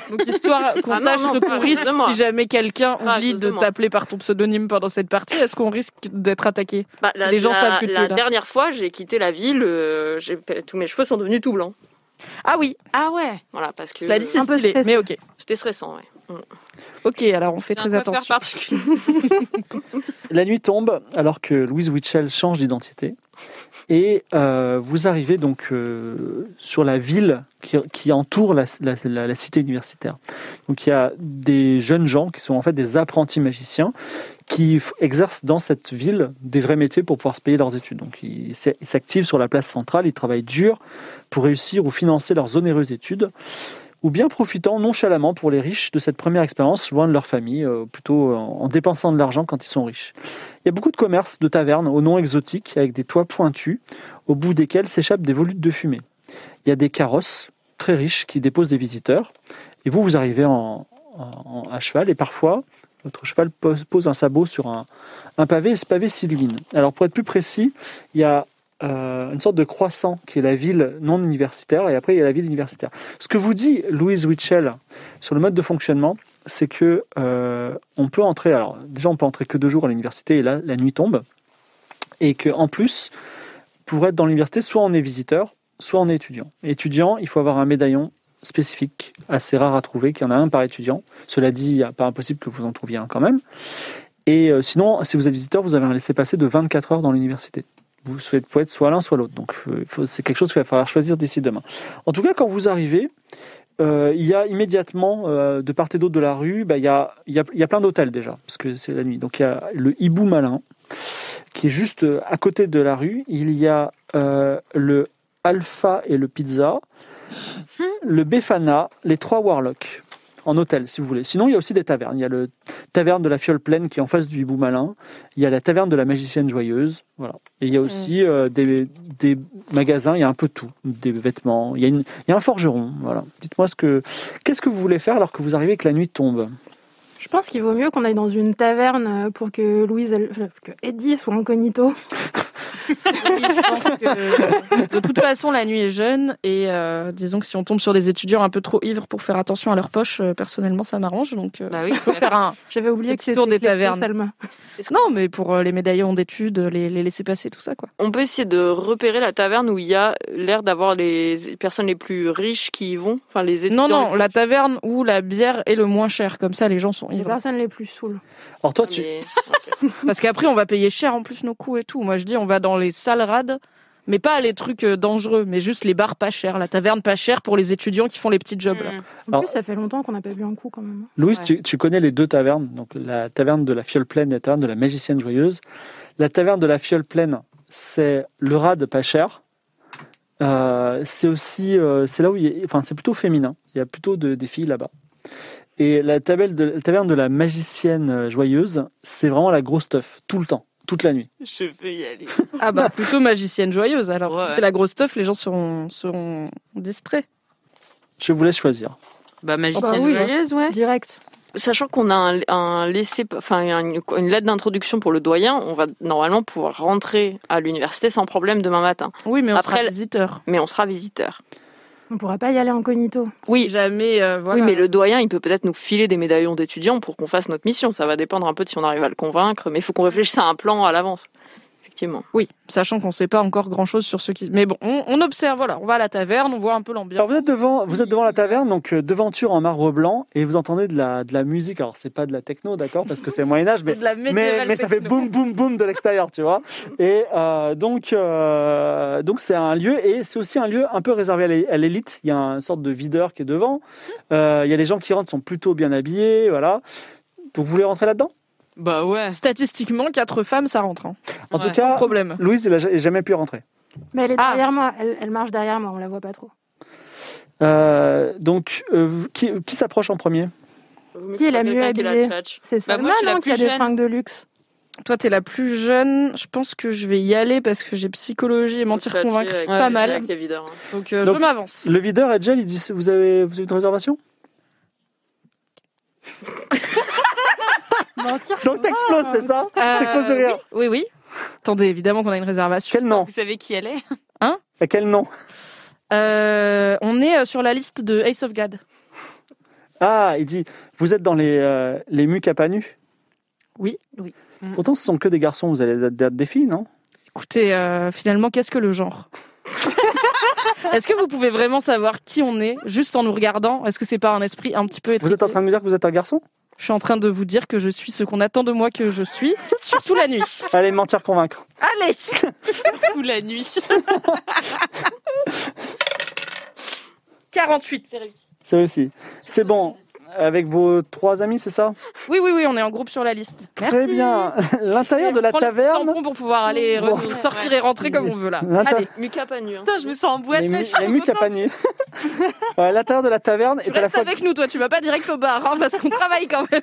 Speaker 6: Donc histoire qu'on
Speaker 5: Ah non,
Speaker 6: sache
Speaker 5: non,
Speaker 6: ce
Speaker 5: pas
Speaker 6: qu'on
Speaker 5: à cause
Speaker 6: risque
Speaker 5: de moi.
Speaker 6: si jamais quelqu'un
Speaker 5: Pas à
Speaker 6: oublie
Speaker 5: cause de
Speaker 6: de
Speaker 5: moi.
Speaker 6: t'appeler par ton pseudonyme pendant cette partie, est-ce qu'on risque d'être attaqué
Speaker 5: Bah,
Speaker 6: Si les gens
Speaker 5: la-
Speaker 6: savent que tu
Speaker 5: la
Speaker 6: es là.
Speaker 5: dernière fois, j'ai quitté la ville. euh, j'ai- tous mes cheveux sont devenus tout blancs.
Speaker 6: Ah oui,
Speaker 8: Ah ouais
Speaker 5: Voilà, parce que
Speaker 6: cela dit c'est
Speaker 7: Un peu
Speaker 6: stylé,
Speaker 7: stressé.
Speaker 6: mais ok.
Speaker 5: c'était stressant. Ouais.
Speaker 6: Ok, alors on fait
Speaker 8: C'est un
Speaker 6: très
Speaker 8: coiffeur
Speaker 6: attention.
Speaker 8: particulier.
Speaker 4: la nuit tombe alors que Louise Witchell change d'identité. Et euh, vous arrivez donc euh, sur la ville qui, qui entoure la, la- la- la cité universitaire. Donc il y a des jeunes gens qui sont en fait des apprentis magiciens qui f- exercent dans cette ville des vrais métiers pour pouvoir se payer leurs études. Donc ils s- ils s'activent sur la place centrale, ils travaillent dur pour réussir ou financer leurs onéreuses études, ou bien profitant nonchalamment pour les riches de cette première expérience loin de leur famille, euh, plutôt en en dépensant de l'argent quand ils sont riches. Il y a beaucoup de commerces, de tavernes aux noms exotiques avec des toits pointus, au bout desquels s'échappent des volutes de fumée. Il y a des carrosses très riches qui déposent des visiteurs. Et vous, vous arrivez en, en- en- à cheval et parfois, votre cheval pose, pose un sabot sur un, un pavé et ce pavé s'illumine. Alors pour être plus précis, il y a euh, une sorte de croissant qui est la ville non universitaire et après il y a la ville universitaire. Ce que vous dit Louise Witchell sur le mode de fonctionnement, c'est que euh, on peut entrer. Alors déjà, on peut entrer que deux jours à l'université et là, la nuit tombe. Et que en plus, pour être dans l'université, soit on est visiteur, soit on est étudiant. Et étudiant, il faut avoir un médaillon spécifique, assez rare à trouver, qu'il y en a un par étudiant. Cela dit, il n'est pas impossible que vous en trouviez un quand même. Et euh, sinon, si vous êtes visiteur, vous avez un laissez-passer de 24 heures dans l'université. Vous souhaitez- pouvez être soit l'un, soit l'autre. Donc euh, faut- c'est quelque chose qu'il va falloir choisir d'ici demain. En tout cas, quand vous arrivez, euh, il y a immédiatement, euh, de part et d'autre de la rue, bah, il y, a, il y a- il y a plein d'hôtels déjà, parce que c'est la nuit. Donc il y a le Hibou Malin, qui est juste euh, à côté de la rue. Il y a euh, le Alpha et le Pizza, le Befana, les trois Warlocks, en hôtel si vous voulez. Sinon, il y a aussi des tavernes. Il y a le taverne de la Fiole Pleine qui est en face du Hibou Malin. Il y a la taverne de la Magicienne Joyeuse. Voilà. Et il y a aussi euh, des, des magasins, il y a un peu tout. Des vêtements, il y a, une, il y a un forgeron. Voilà. Dites-moi ce que. Qu'est-ce que vous voulez faire alors que vous arrivez et que la nuit tombe
Speaker 7: Je pense qu'il vaut mieux qu'on aille dans une taverne euh, pour que Louise, elle- euh, que Eddie soit incognito.
Speaker 6: Oui, je pense que, de toute façon, la nuit est jeune et euh, disons que si on tombe sur des étudiants un peu trop ivres pour faire attention à leur poche, euh, personnellement, ça m'arrange. Donc, euh,
Speaker 5: Bah oui.
Speaker 6: faut faire un.
Speaker 7: [laughs] J'avais oublié que
Speaker 6: Petit
Speaker 7: c'était
Speaker 6: tour des
Speaker 7: Cléo
Speaker 6: tavernes.
Speaker 7: Salma.
Speaker 6: Non, mais pour euh, les médaillons d'études, les, les laisser passer, tout ça, quoi.
Speaker 5: On peut essayer de repérer la taverne où il y a l'air d'avoir les personnes les plus riches qui y vont. Enfin, les étudiants.
Speaker 6: Non, non, la taverne où la bière est le moins chère. Comme ça, les gens sont
Speaker 7: Les
Speaker 6: ivres.
Speaker 7: personnes les plus saoules.
Speaker 4: Alors toi,
Speaker 5: Ah,
Speaker 4: tu,
Speaker 5: mais-
Speaker 6: Parce qu'après, on va payer cher en plus nos coûts et tout. Moi, je dis, on va dans les salles rades, mais pas les trucs euh, dangereux, mais juste les bars pas chers, la taverne pas chère pour les étudiants qui font les petits jobs. Là.
Speaker 7: En
Speaker 4: Alors-
Speaker 7: plus, ça fait longtemps qu'on n'a pas bu un coup quand même. hein.
Speaker 4: Louise,
Speaker 8: Ouais.
Speaker 4: tu, tu connais les deux tavernes, donc la taverne de la fiole pleine et la taverne de la magicienne joyeuse. La taverne de la fiole pleine, c'est le rad pas cher. Euh, c'est aussi, euh, c'est là où, il y a- enfin, c'est plutôt féminin. Il y a plutôt de- des filles là-bas. Et la, table de, la taverne de la magicienne joyeuse, c'est vraiment la grosse stuff, tout le temps, toute la nuit.
Speaker 5: Je veux y aller.
Speaker 6: Ah bah plutôt magicienne joyeuse. Alors
Speaker 5: Ouais,
Speaker 6: si
Speaker 5: ouais.
Speaker 6: c'est la grosse stuff, les gens seront, seront distraits. Ah
Speaker 4: Je vous laisse choisir.
Speaker 8: Bah, magicienne
Speaker 7: Bah oui.
Speaker 8: joyeuse, ouais.
Speaker 7: Direct.
Speaker 5: Sachant qu'on a un, un laissé, enfin une, une lettre d'introduction pour le doyen, on va normalement pouvoir rentrer à l'université sans problème demain matin.
Speaker 6: Oui, mais on
Speaker 5: Après,
Speaker 6: sera
Speaker 5: le-
Speaker 6: visiteur.
Speaker 5: Mais on sera visiteur.
Speaker 7: On pourra pas y aller incognito.
Speaker 5: Oui.
Speaker 6: jamais. euh, voilà.
Speaker 5: Oui, mais le doyen, il peut peut-être nous filer des médaillons d'étudiants pour qu'on fasse notre mission. Ça va dépendre un peu de si on arrive à le convaincre, mais il faut qu'on réfléchisse à un plan à l'avance. Effectivement.
Speaker 6: Oui, sachant qu'on sait pas encore grand chose sur ce qui. Mais bon, on, on observe. Voilà, on va à la taverne, on voit un peu l'ambiance.
Speaker 4: Alors vous êtes devant, vous êtes devant la taverne, donc euh, devanture en marbre blanc, et vous entendez de la, de la musique. Alors c'est pas de la techno, d'accord, parce que c'est Moyen Âge,
Speaker 6: [laughs]
Speaker 4: mais
Speaker 6: C'est de la
Speaker 4: mais,
Speaker 6: médiévale
Speaker 4: mais ça fait
Speaker 6: techno.
Speaker 4: boum boum boum de l'extérieur, tu vois. Et euh, donc euh, donc c'est un lieu et c'est aussi un lieu un peu réservé à l'é- à l'élite. Il y a une sorte de videur qui est devant. Euh, il y a les gens qui rentrent sont plutôt bien habillés, voilà. Donc vous voulez rentrer là-dedans
Speaker 8: Bah ouais.
Speaker 6: Statistiquement, quatre femmes, ça rentre. hein.
Speaker 4: En
Speaker 8: Ouais,
Speaker 4: tout cas,
Speaker 6: Problème.
Speaker 4: Louise elle a ja- elle a jamais pu rentrer.
Speaker 7: Mais elle est
Speaker 6: Ah.
Speaker 7: derrière moi, elle, elle marche derrière moi, on la voit pas trop.
Speaker 4: Euh, donc euh, qui, qui s'approche en premier
Speaker 7: Qui est la mieux
Speaker 5: Quelqu'un qui l'a
Speaker 7: habillée
Speaker 5: tchatch.
Speaker 7: C'est
Speaker 8: Bah,
Speaker 7: ça,
Speaker 8: moi, je suis la
Speaker 7: non, qui a
Speaker 8: plus
Speaker 7: des
Speaker 8: jeune.
Speaker 7: fringues de luxe.
Speaker 6: Toi, t'es la plus jeune. Je pense que je vais y aller parce que j'ai psychologie et mentir
Speaker 5: Tchatcher
Speaker 6: convaincre
Speaker 5: avec
Speaker 6: pas
Speaker 5: le
Speaker 6: mal.
Speaker 5: Jack, évidemment.
Speaker 6: Donc, euh,
Speaker 4: Donc-
Speaker 6: je
Speaker 4: [laughs]
Speaker 6: m'avance.
Speaker 4: Le videur Edgel il dit vous avez vous avez une réservation
Speaker 7: Mentir. euh,
Speaker 4: Donc t'exploses
Speaker 6: Ah.
Speaker 4: c'est ça T'exploses de
Speaker 6: Euh,
Speaker 4: rire.
Speaker 6: Oui, oui. Attendez, évidemment qu'on a une réservation.
Speaker 4: Quel nom
Speaker 8: Vous savez qui elle est
Speaker 4: À quel nom
Speaker 6: Euh, on est euh, sur la liste de Ace of God.
Speaker 4: Ah, il dit, vous êtes dans les, euh, les mucs à pas nus
Speaker 6: Oui,
Speaker 8: oui. Mm.
Speaker 4: Pourtant, ce sont que des garçons, vous allez être des filles, non
Speaker 6: Écoutez, euh, finalement, qu'est-ce que le genre [laughs] Est-ce que vous pouvez vraiment savoir qui on est juste en nous regardant Est-ce que c'est pas un esprit un petit peu
Speaker 4: Vous
Speaker 6: étriqué
Speaker 4: êtes en train de me dire que vous êtes un garçon
Speaker 6: Je suis en train de vous dire que je suis ce qu'on attend de moi que je suis, surtout la nuit.
Speaker 4: Allez, mentir, convaincre.
Speaker 6: Allez
Speaker 8: [laughs] Ou la
Speaker 6: [laughs]
Speaker 8: nuit.
Speaker 6: 48, c'est réussi.
Speaker 4: C'est réussi. C'est bon, avec vos trois amis, c'est ça
Speaker 6: Oui, oui, oui, on est en groupe sur la liste.
Speaker 4: Très
Speaker 6: [laughs]
Speaker 4: bien. L'intérieur de la
Speaker 6: On prend les
Speaker 4: taverne...
Speaker 6: tampons pour pouvoir aller
Speaker 4: Bon.
Speaker 6: re- sortir et rentrer comme on veut là.
Speaker 4: L'inter-
Speaker 6: Allez,
Speaker 5: Mika Panu. hein.
Speaker 8: Putain, je me sens en boîte
Speaker 4: Les,
Speaker 8: là.
Speaker 4: mu-
Speaker 8: je suis
Speaker 4: les mucs à
Speaker 8: contente.
Speaker 4: pas
Speaker 6: [laughs]
Speaker 4: nus. Euh, L'intérieur de la taverne
Speaker 6: tu
Speaker 4: est à la
Speaker 6: restes
Speaker 4: fois...
Speaker 6: avec nous, toi, tu vas pas direct au bar, hein, parce qu'on travaille quand même.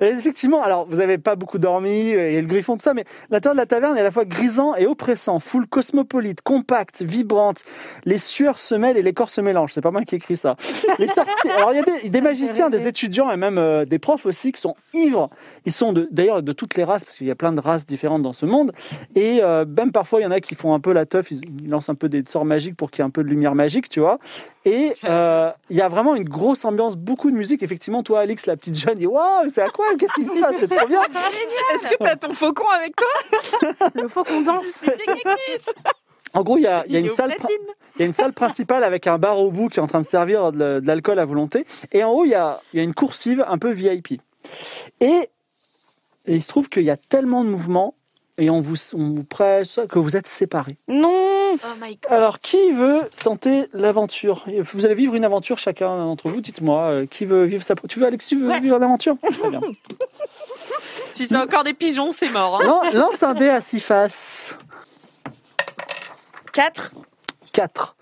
Speaker 4: Et effectivement, alors vous n'avez pas beaucoup dormi, euh, il y a le griffon de ça, mais l'intérieur de la taverne est à la fois grisant et oppressant, foule cosmopolite, compacte, vibrante. Les sueurs se mêlent et les corps se mélangent. C'est pas moi qui ai écrit ça. Les sorciers- alors il y a des, des magiciens, des étudiants et même euh, des profs aussi qui sont ivres. Ils sont de- d'ailleurs de, toutes les races parce qu'il y a plein de races différentes dans ce monde. Et euh, même parfois il y en a qui font un peu la teuf, ils, ils lancent un peu des sorts magiques pour qu'il y ait un peu de lumière magique, tu vois. Et euh, il y a vraiment une grosse ambiance, beaucoup de musique. Effectivement, toi, Alix, la petite jeune, dit Waouh, c'est incroyable, qu'est-ce qui se passe C'est trop bien
Speaker 6: Est-ce que t'as ton faucon avec toi
Speaker 7: Le faux qu'on danse.
Speaker 4: En gros, il y a, il y a
Speaker 8: Il est
Speaker 4: une
Speaker 8: au
Speaker 4: salle,
Speaker 8: platine.
Speaker 4: il y a une salle principale avec un bar au bout qui est en train de servir de, la- de l'alcool à volonté. Et en haut, il y a, il y a une coursive un peu VIP. Et, et il se trouve qu'il y a tellement de mouvements et on vous, on vous presse ça, que vous êtes séparés.
Speaker 6: Non
Speaker 8: Oh my god.
Speaker 4: Alors, qui veut tenter l'aventure Vous allez vivre une aventure chacun d'entre vous. Dites-moi, euh, qui veut vivre sa... Tu veux, Alex, tu veux
Speaker 8: Ouais.
Speaker 4: vivre l'aventure Très bien.
Speaker 8: Si c'est encore des pigeons, c'est mort. Hein.
Speaker 4: Lan- Lance un dé à six faces.
Speaker 8: 4.
Speaker 4: 4.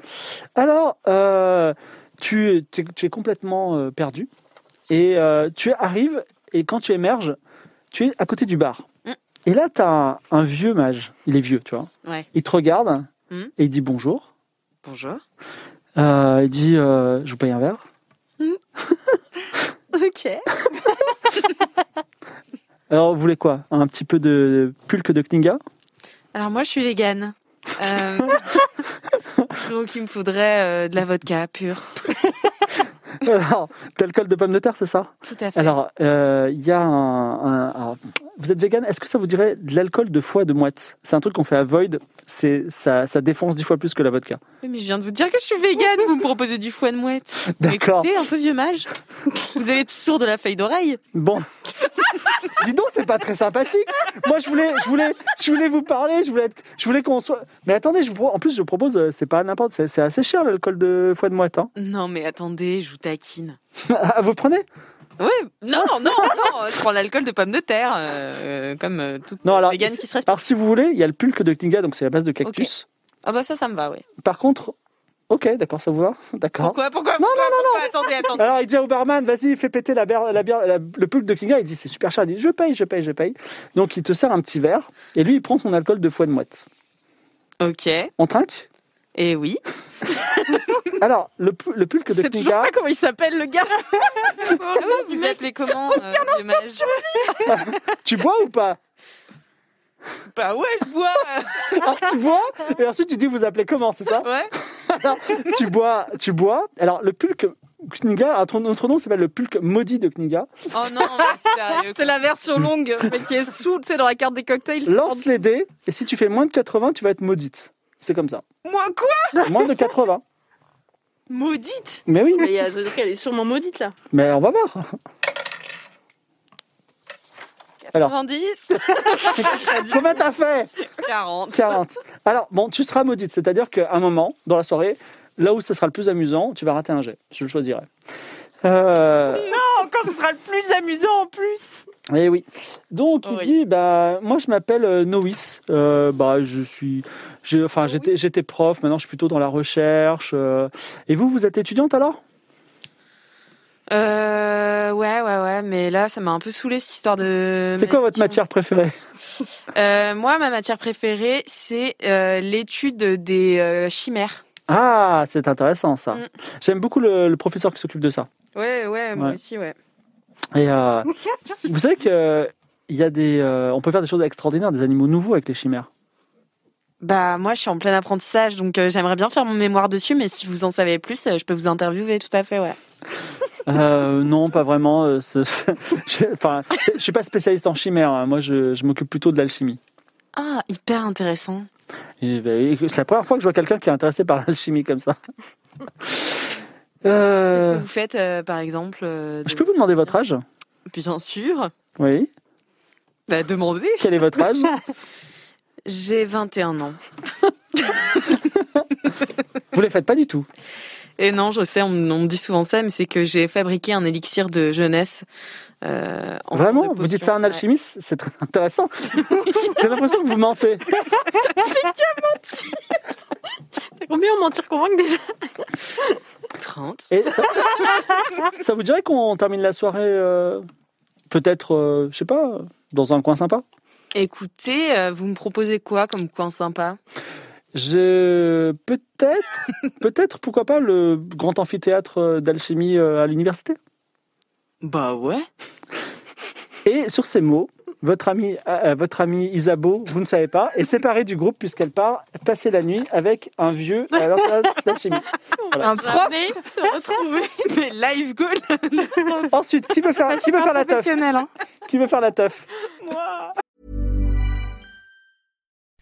Speaker 4: Alors, euh, tu, es- tu es- tu es complètement euh, perdu. Et euh, tu arrives, et quand tu émerges, tu es à côté du bar.
Speaker 8: Mm.
Speaker 4: Et là, tu as un, un vieux mage. Il est vieux, tu vois.
Speaker 8: Ouais.
Speaker 4: Il te regarde
Speaker 8: Mm.
Speaker 4: et il dit bonjour.
Speaker 8: Bonjour.
Speaker 4: Euh, il dit euh, Je vous paye un verre.
Speaker 8: Ok.
Speaker 4: Alors, vous voulez quoi Un petit peu de pulque de Kninga [laughs]
Speaker 8: Alors moi, je suis végane. Euh, Donc il me faudrait euh, de la vodka pure.
Speaker 4: Alors, d'alcool de pomme de terre, c'est ça
Speaker 8: Tout à fait.
Speaker 4: Alors, euh, il y a un. un- alors, vous êtes vegan, est-ce que ça vous dirait de l'alcool de foie de mouette C'est un truc qu'on fait à Void, c'est, ça, ça défonce dix fois plus que la vodka.
Speaker 8: Oui, mais je viens de vous dire que je suis végane. Vous me proposez du foie de mouette.
Speaker 4: D'accord.
Speaker 8: Écoutez, un peu vieux mage. Vous avez toujours de la feuille d'oreille.
Speaker 4: Bon. [laughs] Dis donc, c'est pas très sympathique. Moi, je voulais, je voulais, je voulais vous parler, je voulais, être- je voulais qu'on soit. Mais attendez, je vous pro- en plus, je vous propose, euh, c'est pas n'importe, c'est, c'est assez cher l'alcool de foie de mouette. Hein.
Speaker 8: Non, mais attendez, je vous taquine.
Speaker 4: Ah, vous prenez
Speaker 8: Oui, non, non, non. Je prends l'alcool de pomme de terre, euh, euh, comme euh, toute
Speaker 4: Non, alors.
Speaker 8: végane qui se respecte.
Speaker 4: Alors, si vous voulez, il y a le pulque de Kninga, donc c'est la base de cactus.
Speaker 8: Ah bah ça, ça me va, oui.
Speaker 4: Par contre, Ok, d'accord, ça vous va D'accord.
Speaker 8: Pourquoi Pourquoi Non, non, non, Attendez, attendez.
Speaker 4: Alors il dit au barman, vas-y, fais péter la bière, la bière, la- le pulp de Kinga. Il dit, c'est super cher. Il dit, je paye, je paye, je paye. Donc il te sert un petit verre et lui, il prend son alcool de foie de mouette.
Speaker 8: Ok.
Speaker 4: On trinque
Speaker 8: Et oui.
Speaker 4: Alors, le, pu- le pulque de
Speaker 6: C'est toujours
Speaker 4: Kinga,
Speaker 6: pas comment il s'appelle le [laughs] gars.
Speaker 8: Ah vous appelez comment euh, le mage
Speaker 4: tu bois ou pas
Speaker 8: Bah ouais, je bois.
Speaker 4: Alors, tu bois et ensuite tu dis, vous appelez comment, c'est ça
Speaker 8: Ouais.
Speaker 4: tu bois, tu bois. Alors, le pulque Kniga, un ton- autre nom s'appelle le pulque maudit de Kniga.
Speaker 8: Oh non, mais [laughs] sérieux.
Speaker 6: C'est la version longue, mais qui est sous, tu sais, dans la carte des cocktails. c'est en
Speaker 4: Lance
Speaker 6: dessous.
Speaker 4: les dés et si tu fais moins de 80, tu vas être maudite. C'est comme ça.
Speaker 8: Moi quoi
Speaker 4: Moins de 80.
Speaker 8: Maudite.
Speaker 4: Mais oui,
Speaker 5: [laughs] Mais il y a- elle est sûrement maudite là.
Speaker 4: mais on va voir. Alors.
Speaker 8: [laughs] 90,
Speaker 4: Combien t'as fait
Speaker 8: 40.
Speaker 4: 40. Alors, bon, tu seras maudite, c'est-à-dire qu'à un moment, dans la soirée, là où ça sera le plus amusant, tu vas rater un jet. Je le choisirai. Euh,
Speaker 8: Non, quand ce sera le plus amusant en plus.
Speaker 4: Eh oui. Donc il
Speaker 8: Oui.
Speaker 4: dit bah moi je m'appelle euh, Noïs. Euh, bah je suis, j'ai-
Speaker 8: Ah
Speaker 4: enfin j'étais j'étais prof. Maintenant je suis plutôt dans la recherche. euh. et vous vous êtes étudiante alors
Speaker 8: Euh, ouais, ouais, ouais, mais là, ça m'a un peu saoulé cette histoire de.
Speaker 4: C'est quoi votre matière préférée
Speaker 8: Euh, Moi, ma matière préférée, c'est euh, l'étude des euh, chimères.
Speaker 4: Ah c'est intéressant ça.
Speaker 8: Mm.
Speaker 4: J'aime beaucoup le, le professeur qui s'occupe de ça.
Speaker 8: Ouais, ouais, moi
Speaker 4: Ouais.
Speaker 8: aussi, ouais.
Speaker 4: Et
Speaker 8: [laughs]
Speaker 4: euh, vous savez que euh, il y a des, euh, on peut faire des choses extraordinaires, des animaux nouveaux avec les chimères.
Speaker 8: Bah, moi, je suis en plein apprentissage, donc euh, j'aimerais bien faire mon mémoire dessus, mais si vous en savez plus, euh, je peux vous interviewer, tout à fait, ouais.
Speaker 4: Euh, non, pas vraiment. euh, ce- ce- [laughs] je, enfin, je suis pas spécialiste en chimères. hein. Moi, je, je m'occupe plutôt de l'alchimie.
Speaker 8: Ah, hyper intéressant.
Speaker 4: Et ben, C'est la première fois que je vois quelqu'un qui est intéressé par l'alchimie comme ça. Euh,
Speaker 8: Qu'est-ce que vous faites, euh, par exemple euh, de-
Speaker 4: je peux vous demander votre âge
Speaker 8: Bien sûr.
Speaker 4: Oui.
Speaker 8: Bah, demandez.
Speaker 4: Quel est votre âge
Speaker 8: J'ai 21 ans.
Speaker 4: Vous les faites pas du tout.
Speaker 8: Et non, je sais, on, me- on me dit souvent ça, mais c'est que j'ai fabriqué un élixir de jeunesse. euh, en forme
Speaker 4: Vraiment
Speaker 8: de
Speaker 4: Vous dites
Speaker 8: potion.
Speaker 4: ça à un alchimiste C'est très
Speaker 8: [laughs]
Speaker 4: intéressant. J'ai l'impression que vous mentez.
Speaker 5: T'as combien en mentir convaincre déjà
Speaker 8: Ouais. 30.
Speaker 4: Et ça, ça vous dirait qu'on termine la soirée euh, peut-être, euh, je sais pas, euh, dans un coin sympa
Speaker 8: Écoutez, euh, vous me proposez quoi comme coin sympa
Speaker 4: Je
Speaker 6: [laughs]
Speaker 4: peut-être, peut-être, pourquoi pas le grand amphithéâtre euh, d'alchimie euh, à l'université.
Speaker 8: Bah ouais.
Speaker 4: Et sur ces mots, votre amie, euh, votre amie Isabeau, vous ne savez pas, est séparée du groupe puisqu'elle part passer la nuit avec un vieux à l'amphithéâtre
Speaker 6: [laughs]
Speaker 4: d'alchimie. Voilà.
Speaker 6: Un prof
Speaker 5: se
Speaker 6: [laughs]
Speaker 5: retrouver.
Speaker 8: Mais live goal
Speaker 4: Ensuite, qui veut faire, qui veut faire la teuf
Speaker 7: Professionnel, hein.
Speaker 4: Qui veut faire la teuf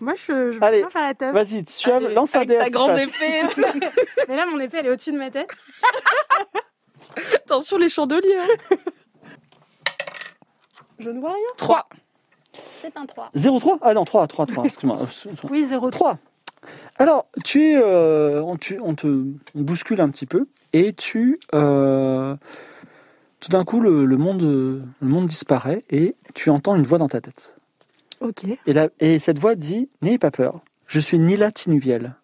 Speaker 7: Moi, je, je veux
Speaker 4: Allez,
Speaker 7: bien faire la teuf.
Speaker 4: Vas-y, Suave, lance un
Speaker 6: avec
Speaker 4: dé à
Speaker 6: ta
Speaker 4: six
Speaker 6: grande
Speaker 4: faces.
Speaker 6: épée.
Speaker 7: Mais là, mon épée, elle est au-dessus de ma tête.
Speaker 6: Attention les chandeliers.
Speaker 7: Je ne vois rien.
Speaker 6: 3.
Speaker 7: C'est un 3.
Speaker 4: 0,3 Ah non, 3, 3, 3, excuse-moi.
Speaker 6: [laughs]
Speaker 7: Oui, 0
Speaker 4: 3. Alors, tu es, euh, on, tu- on te on bouscule un petit peu et tu, euh, tout d'un coup, le, le monde, euh, le monde disparaît et tu entends une voix dans ta tête.
Speaker 7: Ok.
Speaker 4: Et, la- et cette voix dit N'ayez pas peur, je suis Nila Tinuviel.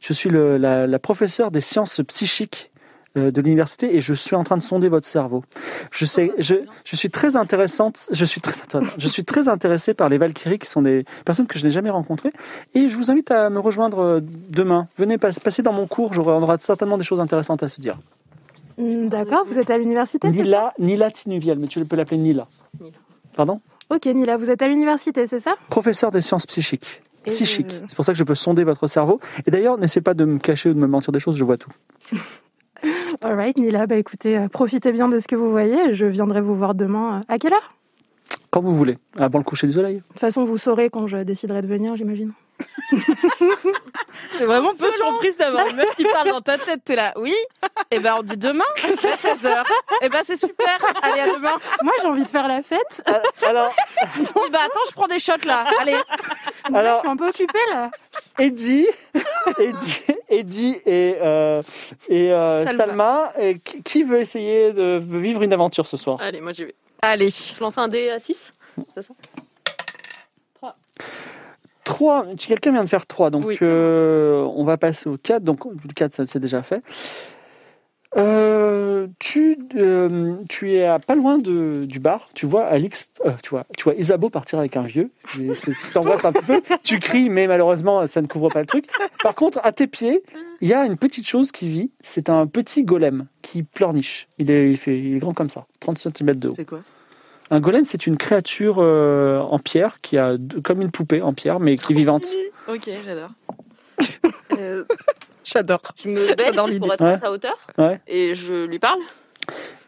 Speaker 4: Je suis le- la, la professeure des sciences psychiques euh, de l'université et je suis en train de sonder votre cerveau. Je sais, je, je suis très intéressante, je suis très, attends, je suis très intéressée par les Valkyries qui sont des personnes que je n'ai jamais rencontrées et je vous invite à me rejoindre euh, demain. Venez pas- passer dans mon cours, j'aurai- on aura certainement des choses intéressantes à se dire.
Speaker 7: Mm, D'accord, vous êtes à l'université c'est ça
Speaker 4: Nila, Nila Tinuviel, mais tu peux l'appeler Nila.
Speaker 5: Nila.
Speaker 4: Pardon
Speaker 7: Ok, Nila, vous êtes à l'université, c'est ça
Speaker 4: professeur des sciences psychiques.
Speaker 7: Et
Speaker 4: Psychique.
Speaker 7: je-
Speaker 4: C'est pour ça que je peux sonder votre cerveau. Et d'ailleurs, n'essayez pas de me cacher ou de me mentir des choses, je vois tout.
Speaker 7: Alright, Nila, bah écoutez, euh, profitez bien de ce que vous voyez. Je viendrai vous voir demain. euh, À quelle heure
Speaker 4: Quand vous voulez, Ah, avant le coucher du soleil.
Speaker 7: De toute façon, vous saurez quand je déciderai de venir, j'imagine.
Speaker 6: T'es vraiment peu surprise d'avoir une meuf qui parle dans ta tête. T'es là, oui, et ben on dit demain à 16h. Et ben c'est super, allez à demain.
Speaker 7: Moi, j'ai envie de faire la fête.
Speaker 4: [laughs] Alors,
Speaker 6: Oui, bah attends, je prends des shots là. Allez,
Speaker 7: Là, je
Speaker 4: alors
Speaker 7: suis un peu occupée là.
Speaker 4: [laughs] Eddie, Eddie, Eddie et, euh, et euh,
Speaker 6: Salma.
Speaker 4: Salma, et qui qui veut essayer de vivre une aventure ce soir
Speaker 5: Allez, moi j'y vais.
Speaker 6: allez.
Speaker 5: Je lance un dé à 6.
Speaker 4: 3, quelqu'un vient de faire 3, donc
Speaker 5: Oui.
Speaker 4: euh, on va passer au 4, donc le 4 ça c'est déjà fait. Euh, tu, euh, tu es à pas loin de, du bar, tu vois Alix, euh, tu vois, tu vois Isabeau partir avec un vieux, Et c'est- tu t'embrasses un petit peu, tu cries, mais malheureusement ça ne couvre pas le truc. Par contre, à tes pieds, il y a une petite chose qui vit, c'est un petit golem qui pleurniche. Il est, il fait, il est grand comme ça, 30 cm de haut.
Speaker 8: C'est quoi
Speaker 4: Un golem, c'est une créature euh, en pierre qui a deux- comme une poupée en pierre, mais qui est vivante.
Speaker 8: Ok, j'adore. [laughs]
Speaker 6: J'adore.
Speaker 5: Euh, je me baisse
Speaker 6: J'adore l'idée.
Speaker 5: pour être
Speaker 4: Ouais.
Speaker 5: à sa hauteur
Speaker 4: Ouais.
Speaker 5: et je lui parle.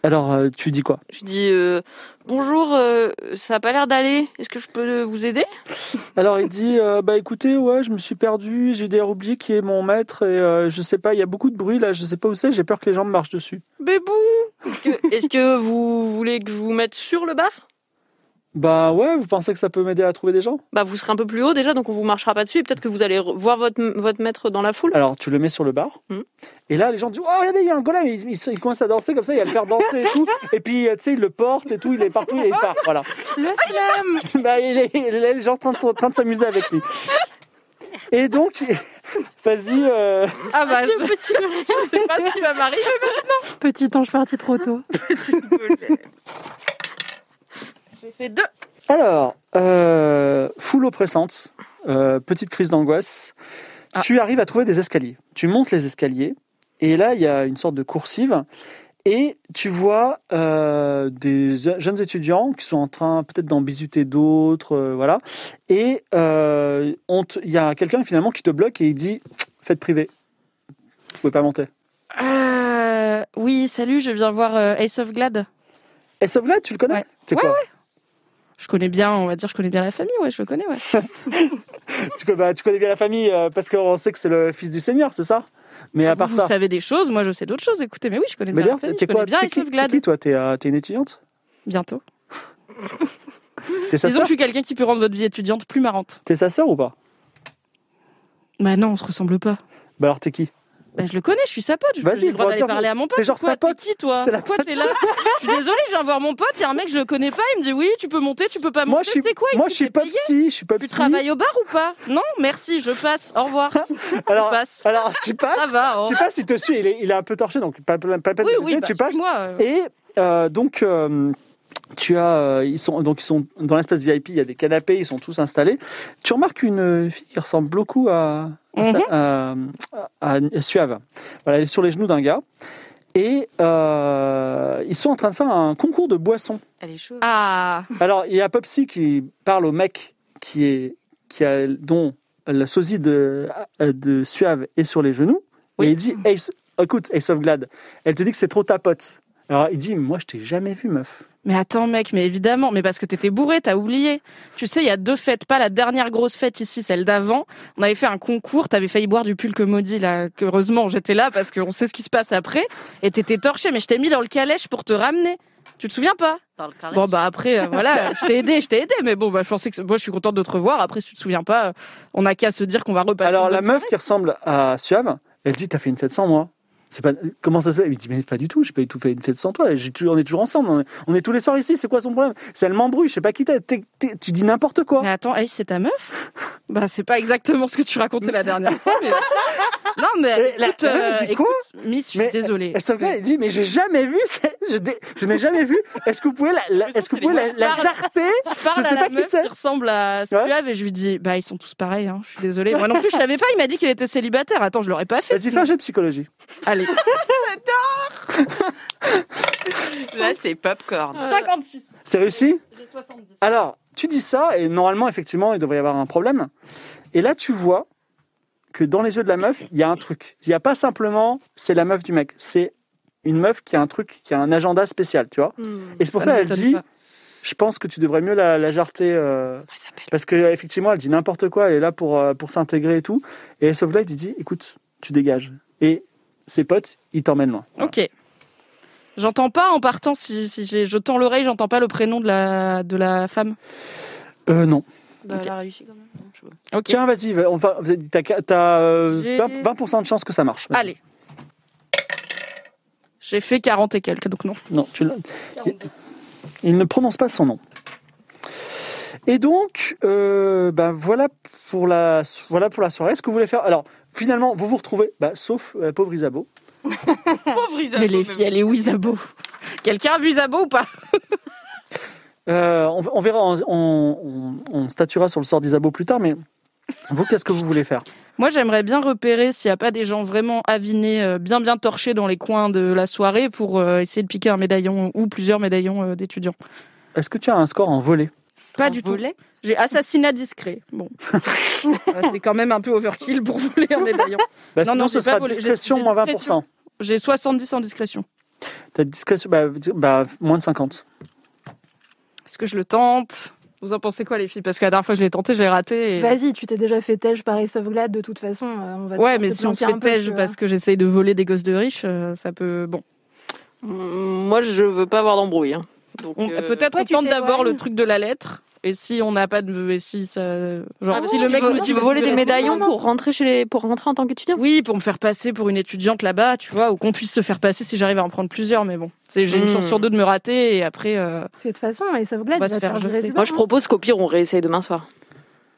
Speaker 4: Alors, euh, tu dis quoi
Speaker 5: Je dis euh, Bonjour, euh, ça a pas l'air d'aller. Est-ce que je peux vous aider
Speaker 4: Alors, il dit euh, Bah écoutez, ouais, je me suis perdu, j'ai d'ailleurs oublié qui est mon maître, et euh, je sais pas, il y a beaucoup de bruit là, je sais pas où c'est, j'ai peur que les gens me marchent dessus.
Speaker 6: Bébou.
Speaker 5: Est-ce que, [laughs] est-ce que vous voulez que je vous mette sur le bar
Speaker 4: Bah ouais, vous pensez que ça peut m'aider à trouver des gens
Speaker 5: Bah, vous serez un peu plus haut déjà, donc on vous marchera pas dessus. Et peut-être que vous allez re- voir votre, votre maître dans la foule.
Speaker 4: Alors, tu le mets sur le bar,
Speaker 7: Mmh.
Speaker 5: Mhm.
Speaker 4: et là, les gens disent Oh, regardez, il y a un golem, il, il, il commence à danser comme ça, il va le faire danser et tout, et puis, euh, tu sais, il le porte et tout, il est partout, et il part, voilà.
Speaker 7: Le
Speaker 4: [laughs]
Speaker 7: slam
Speaker 4: bah, il est, il est- les gens sont en train de s- en train de s'amuser avec lui. Et donc, [laughs] vas-y. euh,
Speaker 6: Ah bah je, [laughs] je sais pas ce qui va m'arriver.
Speaker 7: Petit ange parti trop tôt.
Speaker 6: J'ai fait deux.
Speaker 4: Alors, euh, foule oppressante, euh, petite crise d'angoisse.
Speaker 6: Ah.
Speaker 4: Tu arrives à trouver des escaliers. Tu montes les escaliers, et là, il y a une sorte de coursive. Et tu vois euh, des je- jeunes étudiants qui sont en train peut-être d'en bisuter d'autres, euh, voilà. Et euh, on te- il y a quelqu'un finalement qui te bloque et il dit Faites privé. Vous pouvez pas monter.
Speaker 6: Euh, oui, salut, je viens voir euh, Ace of Glad.
Speaker 4: Et sauf là, tu le connais
Speaker 6: Ouais.
Speaker 4: C'est
Speaker 6: Ouais,
Speaker 4: quoi
Speaker 6: Je connais bien, on va dire, je connais bien la famille, ouais, je le connais, ouais.
Speaker 4: tu, co- bah, tu connais bien la famille euh, parce qu'on sait que c'est le fils du Seigneur, c'est ça Mais à
Speaker 6: vous,
Speaker 4: part
Speaker 6: Ah, vous
Speaker 4: ça.
Speaker 6: savez des choses, moi je sais d'autres choses, écoutez, mais oui, je connais
Speaker 4: Mais
Speaker 6: bien
Speaker 4: d'ailleurs,
Speaker 6: la famille,
Speaker 4: t'es
Speaker 6: Eh ben, je connais
Speaker 4: quoi
Speaker 6: bien
Speaker 4: T'es
Speaker 6: Ace
Speaker 4: qui,
Speaker 6: of Glad.
Speaker 4: t'es qui, toi T'es euh, t'es une étudiante
Speaker 6: Bientôt.
Speaker 4: T'es sa
Speaker 6: Disons que
Speaker 4: sœur
Speaker 6: je suis quelqu'un qui peut rendre votre vie étudiante plus marrante.
Speaker 4: T'es sa sœur ou pas
Speaker 6: Bah non, on se ressemble pas.
Speaker 4: Bah alors t'es qui
Speaker 6: Bah je le connais, je suis sa pote, je
Speaker 4: Vas-y,
Speaker 6: j'ai le droit
Speaker 4: faut
Speaker 6: d'aller
Speaker 4: dire-
Speaker 6: parler à mon pote.
Speaker 4: t'es genre
Speaker 6: Quoi,
Speaker 4: sa pote.
Speaker 6: qui toi
Speaker 4: T'es la
Speaker 6: Pourquoi t'es là Je suis désolée, je viens voir mon pote, il y a un mec, je le connais pas, il me dit oui, tu peux monter, tu peux pas
Speaker 4: Moi
Speaker 6: monter,
Speaker 4: je suis,
Speaker 6: c'est quoi il
Speaker 4: moi
Speaker 6: fait
Speaker 4: je suis
Speaker 6: t'es
Speaker 4: pas
Speaker 6: payé
Speaker 4: psy, je suis pas
Speaker 6: Tu
Speaker 4: psy.
Speaker 6: travailles au bar ou pas Non, merci, je passe, au revoir.
Speaker 4: Alors,
Speaker 6: passe.
Speaker 4: alors
Speaker 6: [laughs]
Speaker 4: tu
Speaker 6: Ça
Speaker 4: passes,
Speaker 6: va, oh.
Speaker 4: tu passes, il te suit, il est, il est un peu torché donc pas pas pas pas
Speaker 6: Oui,
Speaker 4: de
Speaker 6: oui,
Speaker 4: soucis,
Speaker 6: bah,
Speaker 4: tu passes.
Speaker 6: moi. euh,
Speaker 4: Et euh, donc, euh, tu as, euh, ils sont donc ils sont dans l'espace VIP. Il y a des canapés, ils sont tous installés. Tu remarques une euh, fille qui ressemble beaucoup à, à,
Speaker 6: Mhm.
Speaker 4: à- à- à Suave. Voilà, elle est sur les genoux d'un gars. Et euh, ils sont en train de faire un concours de boissons.
Speaker 8: Elle est chaude.
Speaker 6: Ah,
Speaker 4: Alors, il y a Popsy qui parle au mec qui est, qui a, dont la sosie de, de Suave est sur les genoux.
Speaker 6: Oui.
Speaker 4: Et il dit Ace, écoute, Ace of Glad, elle te dit que c'est trop ta pote. Alors, il dit Moi, je t'ai jamais vu, meuf.
Speaker 6: mais attends mec, mais évidemment, mais parce que t'étais bourré, t'as oublié. Tu sais, il y a deux fêtes, pas la dernière grosse fête ici, celle d'avant. On avait fait un concours, t'avais failli boire du pulque maudit là. que Heureusement, j'étais là parce qu'on sait ce qui se passe après. Et t'étais torché, mais je t'ai mis dans le calèche pour te ramener. Tu te souviens pas
Speaker 8: Dans le carnet.
Speaker 6: Bon bah après, euh, voilà, je t'ai aidé, je t'ai aidé, mais bon bah je pensais que moi je suis contente de te revoir. Après, si tu te souviens pas, euh, on a qu'à se dire qu'on va repasser.
Speaker 4: Alors,
Speaker 6: Bah, une
Speaker 4: la
Speaker 6: bonne
Speaker 4: meuf qui ressemble à Suave, elle dit T'as fait une fête sans moi c'est pas, comment ça se fait Il dit Mais pas du tout, j'ai pas du tout fait une fête sans toi, j'ai toujours- on est toujours ensemble, on est, on est tous les soirs ici, c'est quoi son problème C'est elle m'embrouille, je sais pas qui t'es, t'es- t'es- tu dis n'importe quoi.
Speaker 6: Mais attends, Ace, c'est ta meuf Bah, c'est pas exactement ce que tu racontais la dernière fois,
Speaker 4: [laughs]
Speaker 6: mais... Non, mais
Speaker 4: Et la-
Speaker 6: écoute,
Speaker 4: la meuf,
Speaker 6: euh,
Speaker 4: elle dit
Speaker 6: écoute,
Speaker 4: quoi
Speaker 6: Miss, je suis
Speaker 4: Mais-
Speaker 6: désolée.
Speaker 4: Et sauf que là, il dit, mais j'ai jamais vu, [laughs] c'est- je, dé- je n'ai jamais vu. Est-ce que vous pouvez la, la- est-ce que vous pouvez la, la jarter
Speaker 6: Je parle
Speaker 4: je
Speaker 6: à
Speaker 4: sais
Speaker 6: la
Speaker 4: pas qui
Speaker 6: meuf qui,
Speaker 4: c'est.
Speaker 6: ressemble à Suave et je lui dis, bah, ils sont tous pareils, hein, je suis désolée. Moi non plus, je savais pas, il m'a dit qu'il était célibataire. Attends, je l'aurais pas fait.
Speaker 4: Vas-y, fais un jet de psychologie.
Speaker 6: Allez,
Speaker 8: Là, c'est popcorn.
Speaker 6: 56.
Speaker 4: C'est réussi
Speaker 6: J'ai 70.
Speaker 4: Alors, tu dis ça, et normalement, effectivement, il devrait y avoir un problème. Et là, tu vois que dans les yeux de la meuf, il y a un truc. Il n'y a pas simplement, c'est la meuf du mec. C'est une meuf qui a un truc, qui a un agenda spécial, tu vois. Et c'est pour ça, elle dit, Je pense que tu devrais mieux la, la jarter. euh,
Speaker 8: Comment il s'appelle
Speaker 4: parce que effectivement, elle dit n'importe quoi, elle est là pour, euh, pour s'intégrer et tout. Et Soulglide, il dit écoute, tu dégages. Et ses potes, ils t'emmènent loin. Voilà.
Speaker 6: Ok. J'entends pas en partant, si, si j'ai- je tends l'oreille, j'entends pas le prénom de la, de la femme.
Speaker 4: Euh, non.
Speaker 8: Bah,
Speaker 6: Ok.
Speaker 8: Elle a réussi quand même. Non, je sais pas.
Speaker 6: Ok.
Speaker 4: Tiens, vas-y, va- on va- vas-y, t'as qu'à- t'as euh,
Speaker 6: J'ai-
Speaker 4: 20%, 20 de chance que ça marche. Vas-y.
Speaker 6: Allez. J'ai fait 40 et quelques, donc non.
Speaker 4: Non, tu l'as- Il ne prononce pas son nom. Et donc, euh, ben voilà pour la voilà pour la soirée. Ce que vous voulez faire Alors, finalement, vous vous retrouvez, bah, sauf euh, pauvre Isabeau.
Speaker 8: Pauvre Isabeau.
Speaker 6: Mais les
Speaker 8: mais
Speaker 6: filles, elle est où Isabeau Quelqu'un a vu Isabeau ou pas
Speaker 4: Euh, on, on verra, on, on, on statuera sur le sort d'Isabeau plus tard. Mais vous, qu'est-ce que vous voulez faire
Speaker 6: Moi, j'aimerais bien repérer s'il n'y a pas des gens vraiment avinés, euh, bien bien torchés dans les coins de la soirée pour euh, essayer de piquer un médaillon ou plusieurs médaillons euh, d'étudiants.
Speaker 4: Est-ce que tu as un score en volée
Speaker 6: Pas
Speaker 8: En
Speaker 6: du tout.
Speaker 8: volet
Speaker 6: J'ai assassinat discret.
Speaker 7: [laughs]
Speaker 6: Bon. Ouais, C'est quand même un peu overkill pour voler un médaillon.
Speaker 4: Bah,
Speaker 6: Non,
Speaker 4: Sinon,
Speaker 6: non,
Speaker 4: ce
Speaker 6: j'ai pas
Speaker 4: sera
Speaker 6: volé. J'ai-
Speaker 4: discrétion
Speaker 6: j'ai
Speaker 4: moins 20
Speaker 6: discrétion. J'ai 70 en discrétion.
Speaker 4: T'as discrétion, bah, bah, moins de 50.
Speaker 6: Est-ce que je le tente Vous en pensez quoi, les filles Parce que la dernière fois que je l'ai tenté, je l'ai raté. et-
Speaker 7: Vas-y, tu t'es déjà fait tège par Essovglade, de toute façon. euh, on va
Speaker 6: Ouais,
Speaker 7: te-
Speaker 6: mais
Speaker 7: te
Speaker 6: si on se
Speaker 7: planquer
Speaker 6: fait
Speaker 7: un peu, euh.
Speaker 6: tège
Speaker 7: tu vois.
Speaker 6: parce que j'essaye de voler des gosses de riches, euh, ça peut. Bon.
Speaker 5: Moi, je veux pas avoir d'embrouille. hein. Donc,
Speaker 6: On-
Speaker 5: euh,
Speaker 6: Peut-être
Speaker 7: Ouais,
Speaker 6: on
Speaker 7: tu
Speaker 6: tente
Speaker 7: t'éloignes.
Speaker 6: d'abord le truc de la lettre. Et si on n'a pas de. Et si ça. Genre,
Speaker 5: Ah bon,
Speaker 6: si le
Speaker 5: tu
Speaker 6: mec
Speaker 5: veux-
Speaker 6: nous dit
Speaker 5: tu veux
Speaker 6: que
Speaker 5: voler
Speaker 6: tu
Speaker 5: des
Speaker 6: restes-
Speaker 5: médaillons
Speaker 7: non.
Speaker 5: pour rentrer chez les pour rentrer en tant qu'étudiant
Speaker 6: Oui, pour me faire passer pour une étudiante là-bas, tu vois, ou qu'on puisse se faire passer si j'arrive à en prendre plusieurs, mais bon. C'est- J'ai une
Speaker 5: Hmm.
Speaker 6: chance sur deux de me rater et après. euh,
Speaker 7: Parce que de toute façon,
Speaker 6: On
Speaker 7: Essovglade,
Speaker 6: va
Speaker 7: va
Speaker 6: se
Speaker 7: te
Speaker 6: faire
Speaker 7: faire virer
Speaker 6: jeter.
Speaker 7: du
Speaker 5: Moi,
Speaker 7: bar,
Speaker 5: je
Speaker 7: hein.
Speaker 5: propose qu'au pire, on réessaye demain soir.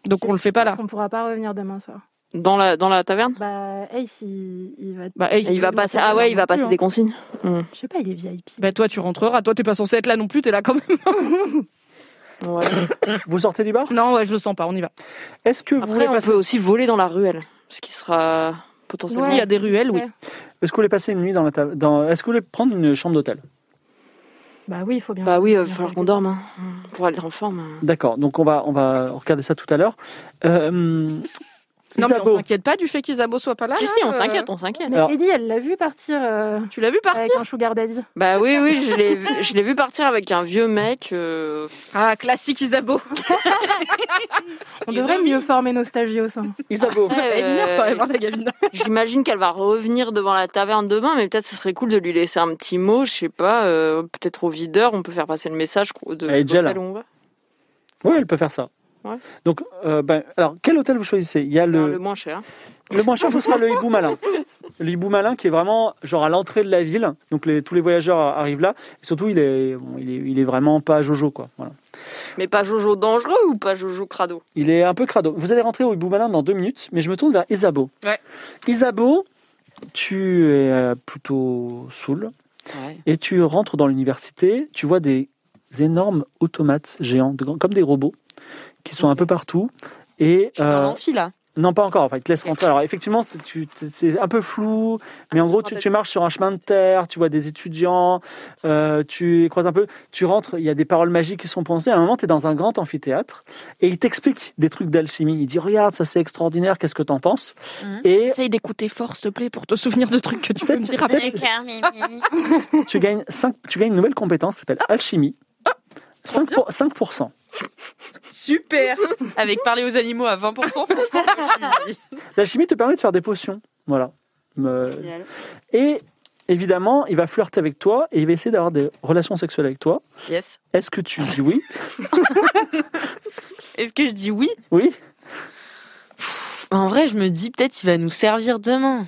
Speaker 6: Donc on le fait pas là.
Speaker 7: Parce qu'on pourra pas revenir demain soir.
Speaker 5: Dans la, dans la taverne
Speaker 7: Bah, Ace, il, il va.
Speaker 6: Bah, hey,
Speaker 5: Et il va
Speaker 6: c'est-
Speaker 5: passer, Ah ouais, il va
Speaker 6: non plus,
Speaker 5: passer
Speaker 6: hein.
Speaker 5: des consignes.
Speaker 7: Je sais pas, il est VIP.
Speaker 6: Bah toi tu rentreras, toi t'es pas censé être là non plus, t'es là quand même.
Speaker 5: Ouais.
Speaker 4: Vous sortez du bar
Speaker 6: Non ouais je le sens pas, on y va.
Speaker 4: Est-ce que, vous voulez
Speaker 5: Après, on
Speaker 4: passer-
Speaker 5: peut aussi voler dans la ruelle, ce qui sera potentiellement.
Speaker 6: S'il y a des ruelles, oui.
Speaker 7: Ouais.
Speaker 4: est-ce que vous voulez passer une nuit dans la table dans... Est-ce que vous voulez prendre une chambre d'hôtel
Speaker 7: Bah oui, il faut bien.
Speaker 5: Bah
Speaker 6: euh,
Speaker 5: oui, il va
Speaker 7: bien
Speaker 5: falloir
Speaker 7: faire
Speaker 5: qu'on
Speaker 7: quelque-
Speaker 5: dorme hein, pour aller en forme.
Speaker 4: D'accord, donc on va, on va regarder ça tout à l'heure. Euh,
Speaker 6: Non mais on
Speaker 4: Isabeau,
Speaker 6: s'inquiète pas du fait qu'Isabo soit
Speaker 8: Bah
Speaker 6: pas là.
Speaker 5: si,
Speaker 6: là,
Speaker 5: si, on
Speaker 6: euh,
Speaker 5: s'inquiète, on s'inquiète.
Speaker 7: Mais
Speaker 4: Alors-
Speaker 7: Eddie, elle l'a vu partir euh,
Speaker 6: Tu l'as vu partir
Speaker 7: avec un sugar daddy.
Speaker 5: Bah oui, oui, je l'ai vu- je l'ai vu partir avec un vieux mec. euh,
Speaker 6: Ah classique Isabo.
Speaker 7: On devrait mieux former nos hein. stagiaires au sein.
Speaker 6: [laughs]
Speaker 4: Isabeau,
Speaker 5: euh,
Speaker 6: Elle est mignonne, quand même, hein, la gamine.
Speaker 5: J'imagine qu'elle va revenir devant la taverne demain, mais peut-être ce serait cool de lui laisser un petit mot, je sais pas, euh, peut-être au videur, on peut faire passer le message de
Speaker 4: Elle est déjà là.
Speaker 5: l'hôtel où on va.
Speaker 4: oui, elle peut faire ça.
Speaker 5: Ouais.
Speaker 4: Donc, euh, ben, alors, quel hôtel vous choisissez Il y a
Speaker 5: Ah,
Speaker 6: Ben,
Speaker 5: Le...
Speaker 4: le,
Speaker 5: le moins cher.
Speaker 4: le moins cher, ce sera le Hibou Malin. Le Hibou Malin qui est vraiment genre à l'entrée de la ville, donc les- tous les voyageurs arrivent là. Et surtout, il est, bon, il est, il est vraiment pas Jojo quoi. Voilà.
Speaker 5: Mais pas Jojo dangereux ou pas Jojo crado
Speaker 4: Il est un peu crado. Vous allez rentrer au Hibou Malin dans deux minutes, mais je me tourne vers Isabeau.
Speaker 6: Ouais.
Speaker 4: Isabeau, tu es euh, plutôt saoul.
Speaker 5: Ouais.
Speaker 4: Et tu rentres dans l'université, tu vois des énormes automates géants, de- comme des robots, qui sont un peu partout. Et euh,
Speaker 8: Dans l'amphi, là.
Speaker 4: non, pas encore. Enfin, ils te laissent rentrer. Alors effectivement, c'est tu- c'est un peu flou, mais
Speaker 5: Ah,
Speaker 4: en
Speaker 5: je
Speaker 4: gros,
Speaker 5: me
Speaker 4: tu,
Speaker 5: rappelle.
Speaker 4: tu marches sur un chemin de terre, tu vois des étudiants, euh, tu croises un peu, tu rentres, il y a des paroles magiques qui sont prononcées. À un moment, tu es dans un grand amphithéâtre et il t'explique des trucs d'alchimie. Il dit regarde, ça c'est extraordinaire. Qu'est-ce que t'en penses
Speaker 8: Mhm.
Speaker 4: Et
Speaker 6: Essaye d'écouter fort s'il te plaît pour te souvenir de trucs que tu peux
Speaker 4: Cette-
Speaker 6: me dire. après.
Speaker 4: cette- tu gagnes, 5, tu gagnes une nouvelle compétence qui s'appelle alchimie. 5%. pour- 5%.
Speaker 8: [laughs] Super Avec parler aux animaux à 20%, franchement, je suis-
Speaker 4: L'alchimie te permet de faire des potions. Voilà. Euh, Me-
Speaker 5: Euh,
Speaker 4: Et évidemment, il va flirter avec toi et il va essayer d'avoir des relations sexuelles avec toi.
Speaker 8: Yes.
Speaker 4: Est-ce que tu dis oui
Speaker 8: Est-ce que je dis oui
Speaker 4: Oui
Speaker 8: En vrai, je me dis peut-être il va nous servir demain.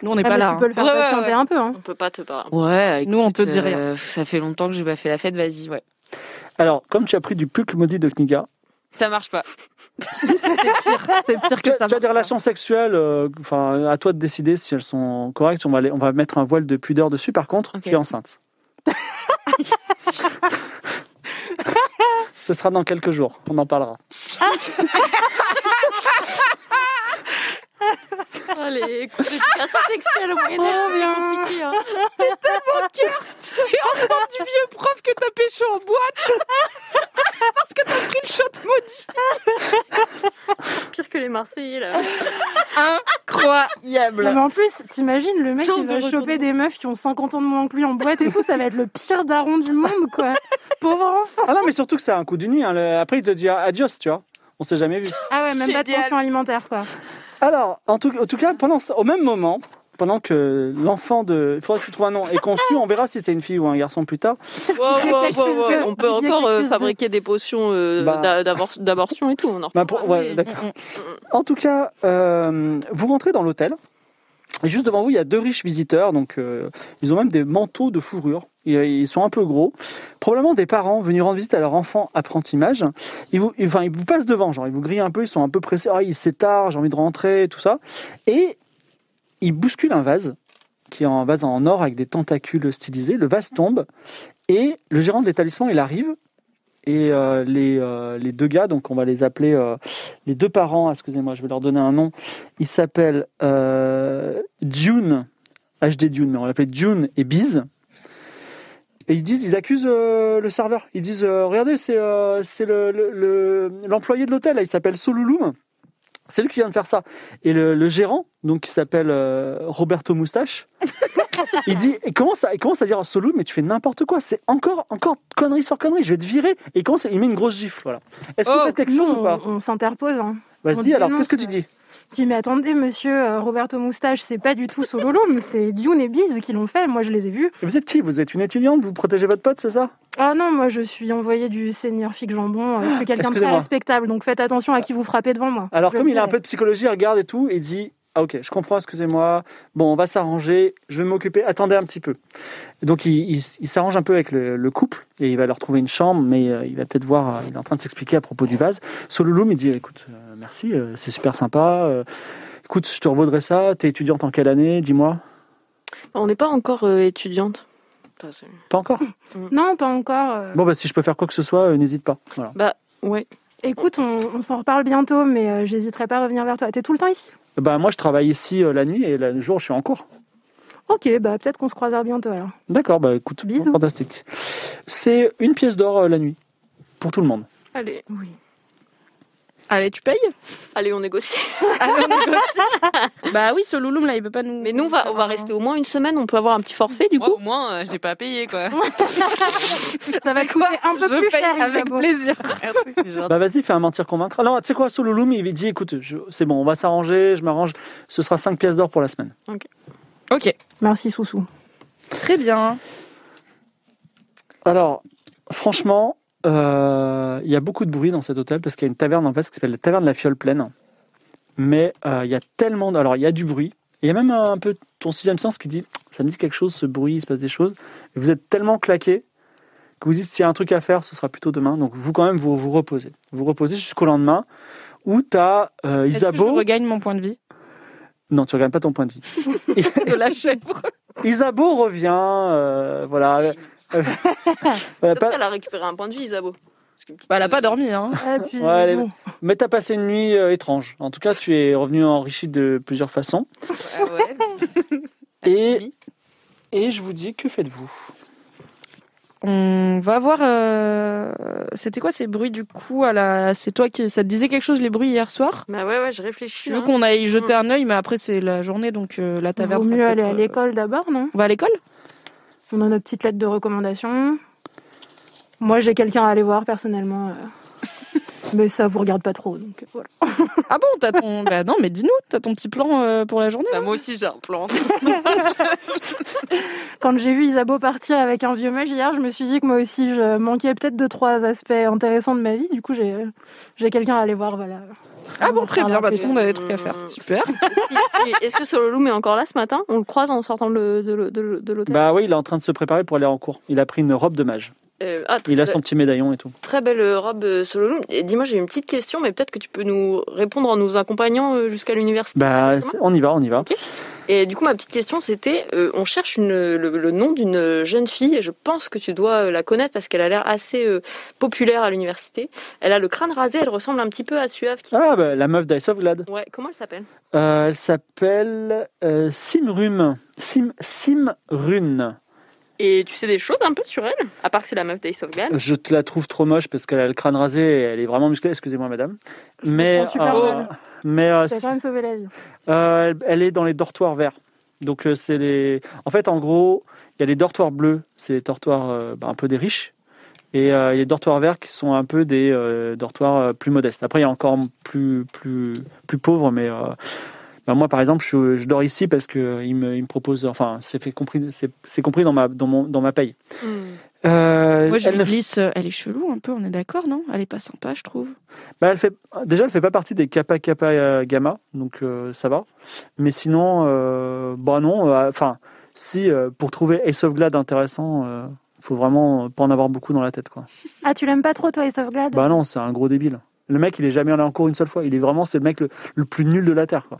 Speaker 6: Nous on n'est
Speaker 7: Ah,
Speaker 6: pas
Speaker 7: mais
Speaker 6: là.
Speaker 7: Tu
Speaker 6: hein.
Speaker 7: peux le faire
Speaker 8: Ouais, ouais,
Speaker 7: patienter
Speaker 8: ouais.
Speaker 7: un peu. Hein.
Speaker 5: On peut pas te parler.
Speaker 8: Ouais,
Speaker 6: Nous, on te dit rien.
Speaker 8: euh, ça fait longtemps que j'ai pas fait la fête, vas-y, ouais.
Speaker 4: Alors, comme tu as pris du pulque maudit de Kniga,
Speaker 8: Ça marche pas.
Speaker 6: C'est pire
Speaker 4: tu
Speaker 6: que
Speaker 4: as,
Speaker 6: ça.
Speaker 4: tu as des relations sexuelles, euh, enfin, à toi de décider si elles sont correctes. On va, les- on va mettre un voile de pudeur dessus. Par contre,
Speaker 8: Ok.
Speaker 4: tu es enceinte. Ce sera dans quelques jours, on en parlera.
Speaker 5: Allez, cours d'éducation sexuelle au moyen compliqué. Hein.
Speaker 6: Kirst, t'es enceinte du vieux prof que t'as pécho en boîte
Speaker 5: [laughs]
Speaker 6: parce que t'as pris le shot maudit.
Speaker 5: Pire que les Marseillais là.
Speaker 7: Non,
Speaker 6: Incroyable.
Speaker 7: mais en plus, t'imagines le mec
Speaker 8: Genre
Speaker 7: qui
Speaker 8: de
Speaker 7: va
Speaker 6: [laughs]
Speaker 8: retournement.
Speaker 7: choper des meufs qui ont 50 ans de moins que lui en boîte et tout, ça va être le pire daron du monde, quoi. pauvre enfant.
Speaker 4: Ah non, mais surtout que c'est un coup du nuit. hein. Le- Après, il te dit adios, tu vois. On s'est jamais vu.
Speaker 7: Ah ouais, même pas de
Speaker 8: Génial.
Speaker 7: pension alimentaire, quoi.
Speaker 4: Alors, en tout, en tout cas, pendant, ce- au même moment, pendant que l'enfant de. Il faudra se trouver un nom. est conçu, on verra si c'est une fille ou un garçon plus tard.
Speaker 5: Wow, wow,
Speaker 7: Quelque
Speaker 5: wow,
Speaker 7: chose
Speaker 5: wow.
Speaker 7: de-
Speaker 5: On peut
Speaker 7: il y a
Speaker 5: encore
Speaker 7: quelque
Speaker 5: euh,
Speaker 7: chose de-
Speaker 5: fabriquer des potions euh,
Speaker 4: Bah.
Speaker 5: d'a- d'abor- d'abortion et tout. on en
Speaker 4: Ma pro- Bah, ouais, d'accord. En tout cas, euh, vous rentrez dans l'hôtel. Et juste devant vous, il y a deux riches visiteurs. Donc, euh, ils ont même des manteaux de fourrure. Ils, ils sont un peu gros. Probablement des parents venus rendre visite à leur enfant apprentimage. Ils vous, ils- enfin, ils vous passent devant, genre, ils vous grillent un peu. Ils sont un peu pressés. Ah, il c'est tard, j'ai envie de rentrer, tout ça. Et ils bousculent un vase, qui est un vase en or avec des tentacules stylisés. Le vase tombe. Et le gérant de l'établissement, il arrive. Et euh, les, euh, les deux gars, donc on va les appeler euh, les deux parents, excusez-moi, je vais leur donner un nom. Ils s'appellent euh, Dune, HD Dune, mais on l'appelait Dune et Biz. Et ils disent, ils accusent euh, le serveur. Ils disent, euh, regardez, c'est euh, c'est le- le- le- l'employé de l'hôtel, là, il s'appelle Solulum. C'est lui qui vient de faire ça. Et le, le gérant, donc qui s'appelle euh, Roberto Moustache, [laughs] il dit, il commence à, il commence à dire à Solulum, mais tu fais n'importe quoi, c'est encore, encore connerie sur connerie, je vais te virer. Et il commence, à- il met une grosse gifle, voilà. Est-ce que
Speaker 6: Oh,
Speaker 4: vous faites quelque
Speaker 7: Nous,
Speaker 4: chose ou pas
Speaker 7: on, on s'interpose. Hein. on
Speaker 4: Vas-y,
Speaker 7: dit
Speaker 4: alors
Speaker 7: non,
Speaker 4: qu'est-ce que
Speaker 7: c'est-
Speaker 4: tu dis
Speaker 7: Dis, mais attendez, monsieur euh, Roberto Moustache, c'est pas du tout Sololum, c'est Dune et Biz qui l'ont fait. Moi, je les ai vus.
Speaker 4: Et Vous êtes qui Vous êtes une étudiante Vous protégez votre pote, c'est ça
Speaker 7: Ah non, moi, je suis envoyé du seigneur Fig Jambon. euh, je suis quelqu'un de très
Speaker 4: Excusez-moi.
Speaker 7: respectable, donc faites attention à qui vous frappez devant moi.
Speaker 4: Alors,
Speaker 7: Je
Speaker 4: comme
Speaker 7: le
Speaker 4: il a un
Speaker 7: dirai.
Speaker 4: peu de psychologie, il regarde et tout, et dit Ah, ok, je comprends, excusez-moi. Bon, on va s'arranger. Je vais m'occuper. Attendez un petit peu. Donc, il, il- il s'arrange un peu avec le, le couple, et il va leur trouver une chambre, mais euh, il va peut-être voir. euh, il est en train de s'expliquer à propos du vase. Sololoum, il dit Écoute, euh, merci, euh, c'est super sympa. euh, écoute, je te revaudrai ça. T'es étudiante en quelle année Dis-moi.
Speaker 5: On n'est pas encore euh, étudiante. Enfin, c'est-
Speaker 4: Pas encore
Speaker 7: Non, pas encore. euh.
Speaker 4: Bon, bah, si je peux faire quoi que ce soit, euh, n'hésite pas. Voilà.
Speaker 5: bah ouais.
Speaker 7: Écoute, on, on s'en reparle bientôt, mais euh, j'hésiterai pas à revenir vers toi. T'es tout le temps ici
Speaker 4: Bah, moi, je travaille ici euh, la nuit, et la- le jour, je suis en cours.
Speaker 7: Ok, bah peut-être qu'on se croisera
Speaker 4: [laughs]
Speaker 7: bientôt alors.
Speaker 4: D'accord, bah écoute,
Speaker 7: Bisous.
Speaker 4: fantastique. C'est une pièce d'or euh, la nuit, pour tout le monde.
Speaker 5: Allez,
Speaker 7: Oui.
Speaker 6: Allez, tu payes
Speaker 5: allez, on négocie.
Speaker 6: Allez, on négocie. Bah oui, ce louloum là, il peut pas nous.
Speaker 5: Mais nous, on va, on va rester au moins une semaine. On peut avoir un petit forfait du
Speaker 8: Moi,
Speaker 5: coup.
Speaker 8: au moins, euh, j'ai pas payé, quoi.
Speaker 7: Ça va coûter un peu
Speaker 6: Je
Speaker 7: plus
Speaker 6: paye
Speaker 7: cher.
Speaker 6: avec
Speaker 7: Isabeau.
Speaker 6: plaisir.
Speaker 8: Merci, c'est gentil.
Speaker 4: Bah vas-y, fais un mentir convaincre. Alors, tu sais quoi, Sololoum, il dit écoute, je- c'est bon, on va s'arranger, je m'arrange, ce sera 5 pièces d'or pour la semaine.
Speaker 6: Ok,
Speaker 7: Merci Soussou.
Speaker 6: très bien.
Speaker 4: Alors, franchement, euh, il y a beaucoup de bruit dans cet hôtel parce qu'il y a une taverne en face qui s'appelle la taverne de la fiole pleine. Mais euh, il y a tellement. de- Alors, il y a du bruit. Il y a même un peu ton sixième sens qui dit ça me dit quelque chose, ce bruit, il se passe des choses. Et vous êtes tellement claqué que vous dites s'il y a un truc à faire, ce sera plutôt demain. Donc, vous, quand même, vous vous reposez. Vous reposez jusqu'au lendemain où tu as
Speaker 6: Est-ce que je
Speaker 4: Isabeau.
Speaker 6: regagne mon point de vie
Speaker 4: Non, tu regardes pas ton point de vue.
Speaker 6: de la chèvre.
Speaker 4: Isabeau revient. euh, voilà. Voilà,
Speaker 5: Comme ça,
Speaker 4: pas-
Speaker 5: elle a récupéré un point de vue, Isabeau. Parce qu'une petite-
Speaker 6: Bah, elle a pas dormi, hein.
Speaker 7: Ah, puis,
Speaker 4: Ouais, les-
Speaker 7: bon.
Speaker 4: Mais t'as passé une nuit euh, étrange. En tout cas, tu es revenu enrichi de plusieurs façons.
Speaker 8: Ah ouais.
Speaker 4: Et, et je vous dis, que faites-vous
Speaker 6: On va voir. euh, C'était quoi ces bruits du coup à la. C'est toi qui. Ça te disait quelque chose les bruits hier soir
Speaker 5: Bah ouais, ouais, je
Speaker 6: Tu
Speaker 5: réfléchis.
Speaker 6: veux
Speaker 5: hein.
Speaker 6: qu'on aille jeter un œil, mais après c'est la journée donc euh, la taverne.
Speaker 7: Vaut
Speaker 6: sera
Speaker 7: mieux aller
Speaker 6: peut-être,
Speaker 7: à
Speaker 6: euh,
Speaker 7: l'école d'abord, non
Speaker 6: On va à l'école [laughs]
Speaker 7: On a nos petites lettres de recommandation. Moi, j'ai quelqu'un à aller voir personnellement. [laughs] euh. Mais ça vous regarde pas trop, donc euh, voilà.
Speaker 6: Ah bon, t'as ton. bah non, mais dis-nous, t'as ton petit plan euh, pour la journée.
Speaker 8: Bah, moi aussi, j'ai un plan.
Speaker 7: Quand j'ai vu Isabeau partir avec un vieux mage hier, je me suis dit que moi aussi, je manquais peut-être de trois aspects intéressants de ma vie. Du coup, j'ai euh, j'ai quelqu'un à aller voir, voilà.
Speaker 6: Ah bon,
Speaker 7: On
Speaker 6: très bien.
Speaker 7: parlera
Speaker 6: Bah,
Speaker 7: plus
Speaker 6: tout le
Speaker 7: tard.
Speaker 6: monde a des trucs à faire, c'est super.
Speaker 5: Si- [laughs] si- Est-ce que Sololoum est encore là ce matin On le croise en sortant de, de- de- de l'hôtel.
Speaker 4: Bah oui, il est en train de se préparer pour aller en cours. Il a pris une robe de mage.
Speaker 5: Euh, ah, très,
Speaker 4: Il a
Speaker 5: be-
Speaker 4: son petit médaillon et tout.
Speaker 5: très belle robe euh, Sololoum. Et dis-moi, j'ai une petite question, mais peut-être que tu peux nous répondre en nous accompagnant euh, jusqu'à l'université.
Speaker 4: Bah, c'est- on y va, on y va.
Speaker 5: Et du coup, ma petite question, c'était, euh, on cherche une- le, le nom d'une euh, jeune fille, et je pense que tu dois euh, la connaître parce qu'elle a l'air assez euh, populaire à l'université. Elle a le crâne rasé, elle ressemble un petit peu à Suave. Qui...
Speaker 4: Ah, bah, la meuf d'Ice of Glad.
Speaker 5: Ouais, comment elle s'appelle
Speaker 4: Euh, elle s'appelle euh, Simrune. Sim, Simrune.
Speaker 5: Et tu sais des choses un peu sur elle À part que c'est la meuf d'Ace of Glan.
Speaker 4: Je te la trouve trop moche parce qu'elle a le crâne rasé et elle est vraiment musclée. Excusez-moi, madame. Mais,
Speaker 7: comprends super
Speaker 4: euh,
Speaker 7: mal.
Speaker 4: mais euh,
Speaker 7: Ça a quand même sauvé la vie.
Speaker 4: Euh, elle- elle est dans les dortoirs verts. Donc euh, c'est les. En fait, en gros, il y a les dortoirs bleus, c'est les dortoirs euh, bah, un peu des riches. Et euh, les dortoirs verts qui sont un peu des euh, dortoirs euh, plus modestes. Après, il y a encore plus, plus, plus pauvres, mais euh, bah, moi, par exemple, je, je dors ici parce qu'ils me, il me proposent, enfin, c'est fait compris, c'est c'est compris dans ma, dans mon, dans ma paye. Euh,
Speaker 6: Hmm. Moi, je
Speaker 4: elle,
Speaker 6: lui
Speaker 4: ne-
Speaker 6: glisse, euh, elle est chelou un peu, on est d'accord, non Elle est pas sympa, je trouve.
Speaker 4: bah, elle fait, déjà, elle fait pas partie des kappa kappa euh, gamma, donc euh, ça va. Mais sinon, euh, bah non, euh, enfin, si euh, pour trouver Ace of Glad intéressant, euh, faut vraiment pas en avoir beaucoup dans la tête, quoi.
Speaker 7: Ah, tu l'aimes pas trop, toi, Ace of Glad
Speaker 4: Bah non, c'est un gros débile. Le mec, il est jamais allé en cours une seule fois. Il est vraiment, c'est le mec le, le plus nul de la Terre. Quoi.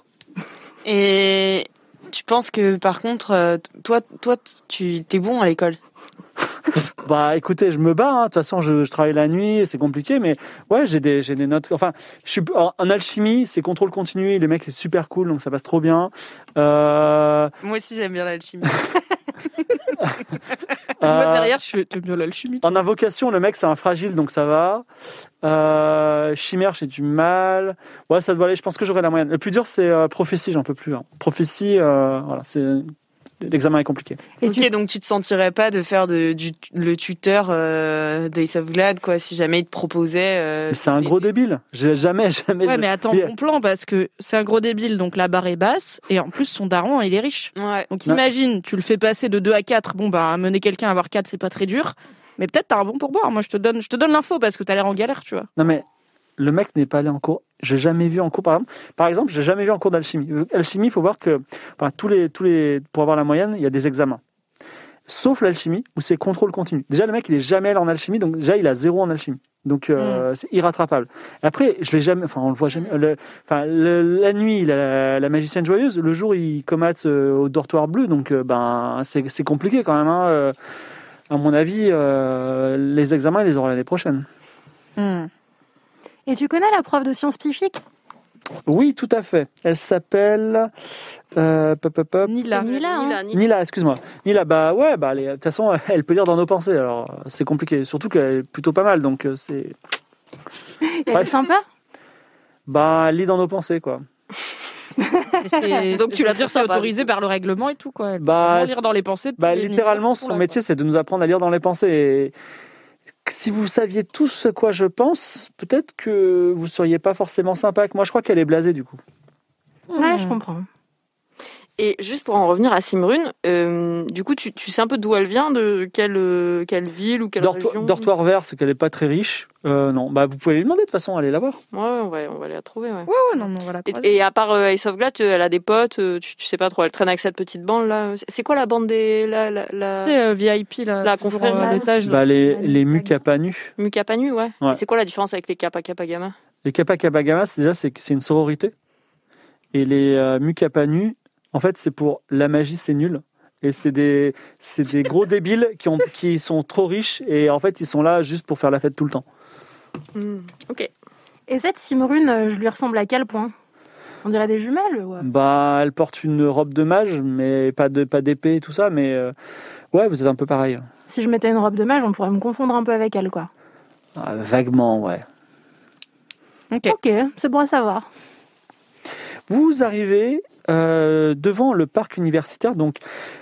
Speaker 8: Et tu penses que par contre, euh, t- toi, toi, t- tu t'es bon à l'école.
Speaker 4: Bah écoutez, je me bats. hein. De toute façon, je, je travaille la nuit, c'est compliqué. Mais ouais, j'ai des, j'ai des notes. Enfin, je suis, en, en alchimie, c'est contrôle continu. Le mec est super cool, donc ça passe trop bien. Euh,
Speaker 8: Moi aussi, j'aime bien l'alchimie.
Speaker 6: Moi
Speaker 4: euh,
Speaker 6: derrière, je fais t'aimes bien l'alchimie.
Speaker 4: en invocation, le mec, c'est un fragile, donc ça va. Euh, chimère, j'ai du mal. Ouais, ça doit aller. Je pense que j'aurai la moyenne. Le plus dur, c'est euh, prophétie, j'en peux plus. hein. Prophétie, euh, voilà, c'est l'examen est compliqué.
Speaker 7: Et
Speaker 8: ok,
Speaker 7: tu-
Speaker 8: donc tu te sentirais pas de faire de- du, le tuteur euh, d'Ace of Glad, quoi, si jamais il te proposait. euh,
Speaker 4: Mais c'est un
Speaker 8: des-
Speaker 4: gros débile. J'ai jamais, [laughs] jamais.
Speaker 6: Ouais, mais attends,
Speaker 4: Yeah.
Speaker 6: ton plan, parce que c'est un gros débile, donc la barre est basse, et en plus, son daron, il est riche.
Speaker 8: Ouais.
Speaker 6: Donc
Speaker 4: Ouais.
Speaker 6: imagine, tu le fais passer de 2 à 4, bon bah, mener quelqu'un à avoir 4, c'est pas très dur. Mais peut-être t'as un bon pourboire. Moi, je te donne, je te donne l'info parce que t'as l'air en galère, tu vois.
Speaker 4: Non mais le mec n'est pas allé en cours. J'ai jamais vu en cours par exemple. Par exemple, j'ai jamais vu en cours d'alchimie. Euh, Alchimie, il faut voir que enfin, tous les tous les pour avoir la moyenne, il y a des examens. Sauf l'alchimie où c'est contrôle continu. Déjà le mec il est jamais allé en alchimie donc déjà il a zéro en alchimie. Donc euh, c'est irrattrapable. Après je l'ai jamais enfin on le voit jamais le- enfin le- la nuit il a la, la magicienne joyeuse, le jour il commate euh, au dortoir bleu donc euh, ben c'est c'est compliqué quand même hein. Euh, à mon avis euh, les examens il les aura l'année prochaine. Hmm.
Speaker 7: Et tu connais la prof de sciences psychiques
Speaker 4: Oui, tout à fait. Elle s'appelle euh, pop, pop, pop.
Speaker 6: Ni là.
Speaker 7: Nila, hein.
Speaker 5: Nila, Nila.
Speaker 4: Nila, excuse-moi. Nila, bah ouais, bah elle est- de toute façon, [laughs] elle peut lire dans nos pensées. Alors euh, c'est compliqué, surtout qu'elle est plutôt pas mal, donc euh, c'est
Speaker 7: Elle est
Speaker 4: Bref.
Speaker 7: sympa
Speaker 4: bah elle lit dans nos pensées quoi.
Speaker 5: [laughs]
Speaker 6: Donc tu vas
Speaker 5: c'est-
Speaker 6: dire, c'est
Speaker 5: ça va.
Speaker 6: autorisé par le règlement et tout, quoi. Elle peut
Speaker 4: Bah,
Speaker 6: vraiment lire dans les pensées. de
Speaker 4: Bah
Speaker 6: tous les
Speaker 4: littéralement,
Speaker 6: ministres qui sont
Speaker 4: son
Speaker 6: là,
Speaker 4: métier c'est de nous apprendre à lire dans les pensées. Et si vous saviez tout ce quoi je pense, peut-être que vous seriez pas forcément sympa avec moi. Je crois qu'elle est blasée du coup.
Speaker 6: quoi.
Speaker 7: Ouais, je
Speaker 6: Hmm.
Speaker 7: comprends.
Speaker 5: Et juste pour en revenir à Simrune, euh, du coup, tu, tu sais un peu d'où elle vient, de quelle, euh, quelle ville ou quelle
Speaker 4: Dorto-
Speaker 5: région
Speaker 4: dortoir vert, c'est qu'elle est pas très riche. Euh, non, bah vous pouvez lui demander de toute façon, allez la voir.
Speaker 5: Ouais, on va, on va aller la trouver, ouais.
Speaker 6: Ouais, ouais, non, mais on va la croiser.
Speaker 5: Et, et à part euh, Ace of Glad, tu- elle a des potes, euh, tu, tu sais pas trop, elle traîne avec cette petite bande là. C'est- C'est quoi la bande des. la. la, la...
Speaker 6: C'est euh, VIP là,
Speaker 5: La
Speaker 6: c'est pour,
Speaker 5: confrérie,
Speaker 6: euh,
Speaker 7: là.
Speaker 6: l'étage. là.
Speaker 4: Bah les
Speaker 7: Ouais,
Speaker 4: les
Speaker 7: ouais.
Speaker 4: mucs à pas nus.
Speaker 5: Muka Panu, ouais.
Speaker 4: Ouais.
Speaker 5: Et C'est quoi la différence avec les Kappa Kappa Gamma
Speaker 4: Les Kappa Kappa Gamma, c'est déjà c'est, c'est une sororité. Et les euh, Mu Kappa Nu, en fait, c'est pour la magie, c'est nul. Et c'est des, c'est des gros débiles qui, ont, qui sont trop riches et en fait, ils sont là juste pour faire la fête tout le temps.
Speaker 5: Hmm, Ok.
Speaker 7: Et cette Simrune, euh, je lui ressemble à quel point On dirait des jumelles ouais.
Speaker 4: Bah, elle porte une robe de mage, mais pas, de, pas d'épée et tout ça, mais euh, ouais, vous êtes un peu pareil.
Speaker 7: Si je mettais une robe de mage, on pourrait me confondre un peu avec elle, quoi.
Speaker 4: Ah, vaguement, ouais.
Speaker 6: Ok.
Speaker 7: Ok, c'est bon à savoir.
Speaker 4: Vous arrivez euh, devant le parc universitaire, donc